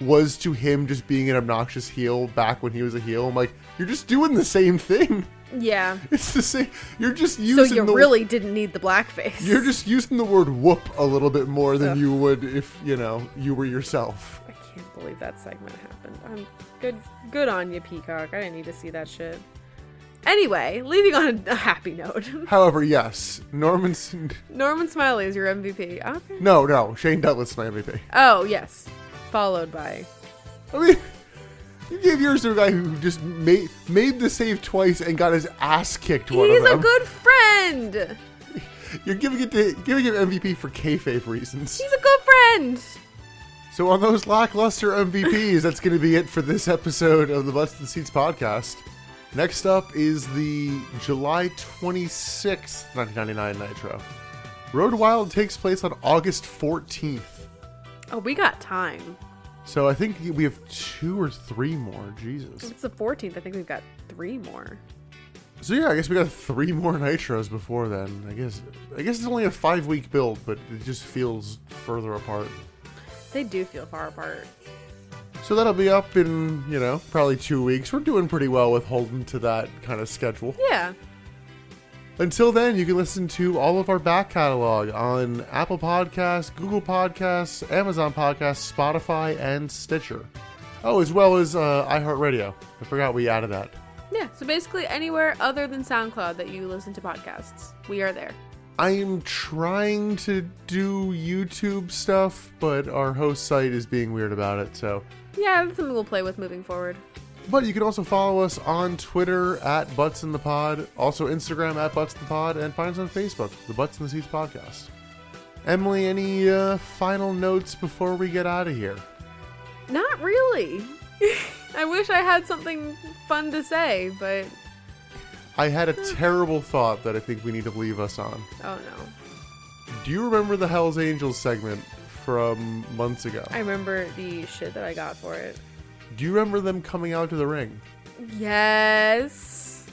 [SPEAKER 1] was to him just being an obnoxious heel back when he was a heel. I'm like, you're just doing the same thing. <laughs>
[SPEAKER 2] Yeah.
[SPEAKER 1] It's the same. You're just
[SPEAKER 2] So
[SPEAKER 1] using
[SPEAKER 2] you
[SPEAKER 1] the
[SPEAKER 2] really didn't need the blackface.
[SPEAKER 1] you're just using the word whoop a little bit more than you would if, you know, you were yourself.
[SPEAKER 2] I can't believe that segment happened. I'm good good on you, Peacock. I didn't need to see that shit. Anyway, leaving on a happy note. <laughs>
[SPEAKER 1] However, yes, Norman's.
[SPEAKER 2] Norman Smiley is your MVP. Okay.
[SPEAKER 1] No, no, Shane Douglas is my MVP.
[SPEAKER 2] Oh, yes. Followed by
[SPEAKER 1] I mean, you gave yours to a guy who just made made the save twice and got his ass kicked. One
[SPEAKER 2] He's
[SPEAKER 1] of
[SPEAKER 2] a
[SPEAKER 1] them.
[SPEAKER 2] good friend.
[SPEAKER 1] You're giving it to, giving him MVP for kayfabe reasons.
[SPEAKER 2] He's a good friend.
[SPEAKER 1] So on those lackluster MVPs, that's going to be it for this episode of the Butts and Seats podcast. Next up is the July 26th, 1999 Nitro. Road Wild takes place on August 14th.
[SPEAKER 2] Oh, we got time.
[SPEAKER 1] So I think we have two or three more. Jesus.
[SPEAKER 2] It's the 14th. I think we've got three more.
[SPEAKER 1] So yeah, I guess we got three more Nitros before then. I guess I guess it's only a five week build, but it just feels further apart.
[SPEAKER 2] They do feel far apart.
[SPEAKER 1] So that'll be up in, you know, probably two weeks. We're doing pretty well with holding to that kind of schedule.
[SPEAKER 2] Yeah.
[SPEAKER 1] Until then, you can listen to all of our back catalog on Apple Podcasts, Google Podcasts, Amazon Podcasts, Spotify, and Stitcher. Oh, as well as uh, iHeartRadio. I forgot we added that.
[SPEAKER 2] Yeah. So basically, anywhere other than SoundCloud that you listen to podcasts, we are there.
[SPEAKER 1] I am trying to do YouTube stuff, but our host site is being weird about it, so.
[SPEAKER 2] Yeah, that's something we'll play with moving forward.
[SPEAKER 1] But you can also follow us on Twitter at Butts in the Pod, also Instagram at Butts in the Pod, and find us on Facebook, the Butts in the Seats Podcast. Emily, any uh, final notes before we get out of here?
[SPEAKER 2] Not really. <laughs> I wish I had something fun to say, but
[SPEAKER 1] I had a terrible thought that I think we need to leave us on.
[SPEAKER 2] oh no.
[SPEAKER 1] Do you remember the Hell's Angels segment from months ago?
[SPEAKER 2] I remember the shit that I got for it.
[SPEAKER 1] Do you remember them coming out to the ring?
[SPEAKER 2] Yes.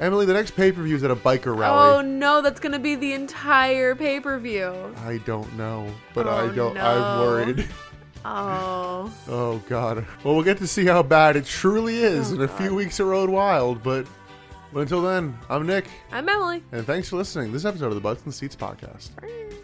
[SPEAKER 1] Emily, the next pay per view is at a biker
[SPEAKER 2] Oh
[SPEAKER 1] rally.
[SPEAKER 2] no, that's gonna be the entire pay per view.
[SPEAKER 1] I don't know, but
[SPEAKER 2] Oh,
[SPEAKER 1] I don't. I'm
[SPEAKER 2] no.
[SPEAKER 1] worried.
[SPEAKER 2] Oh.
[SPEAKER 1] Oh God. Well, we'll get to see how bad it truly is in a few weeks of Road Wild. But, but until then, I'm Nick,
[SPEAKER 2] I'm Emily.
[SPEAKER 1] and thanks for listening. to This episode of the Butts and Seats podcast.
[SPEAKER 2] Bye.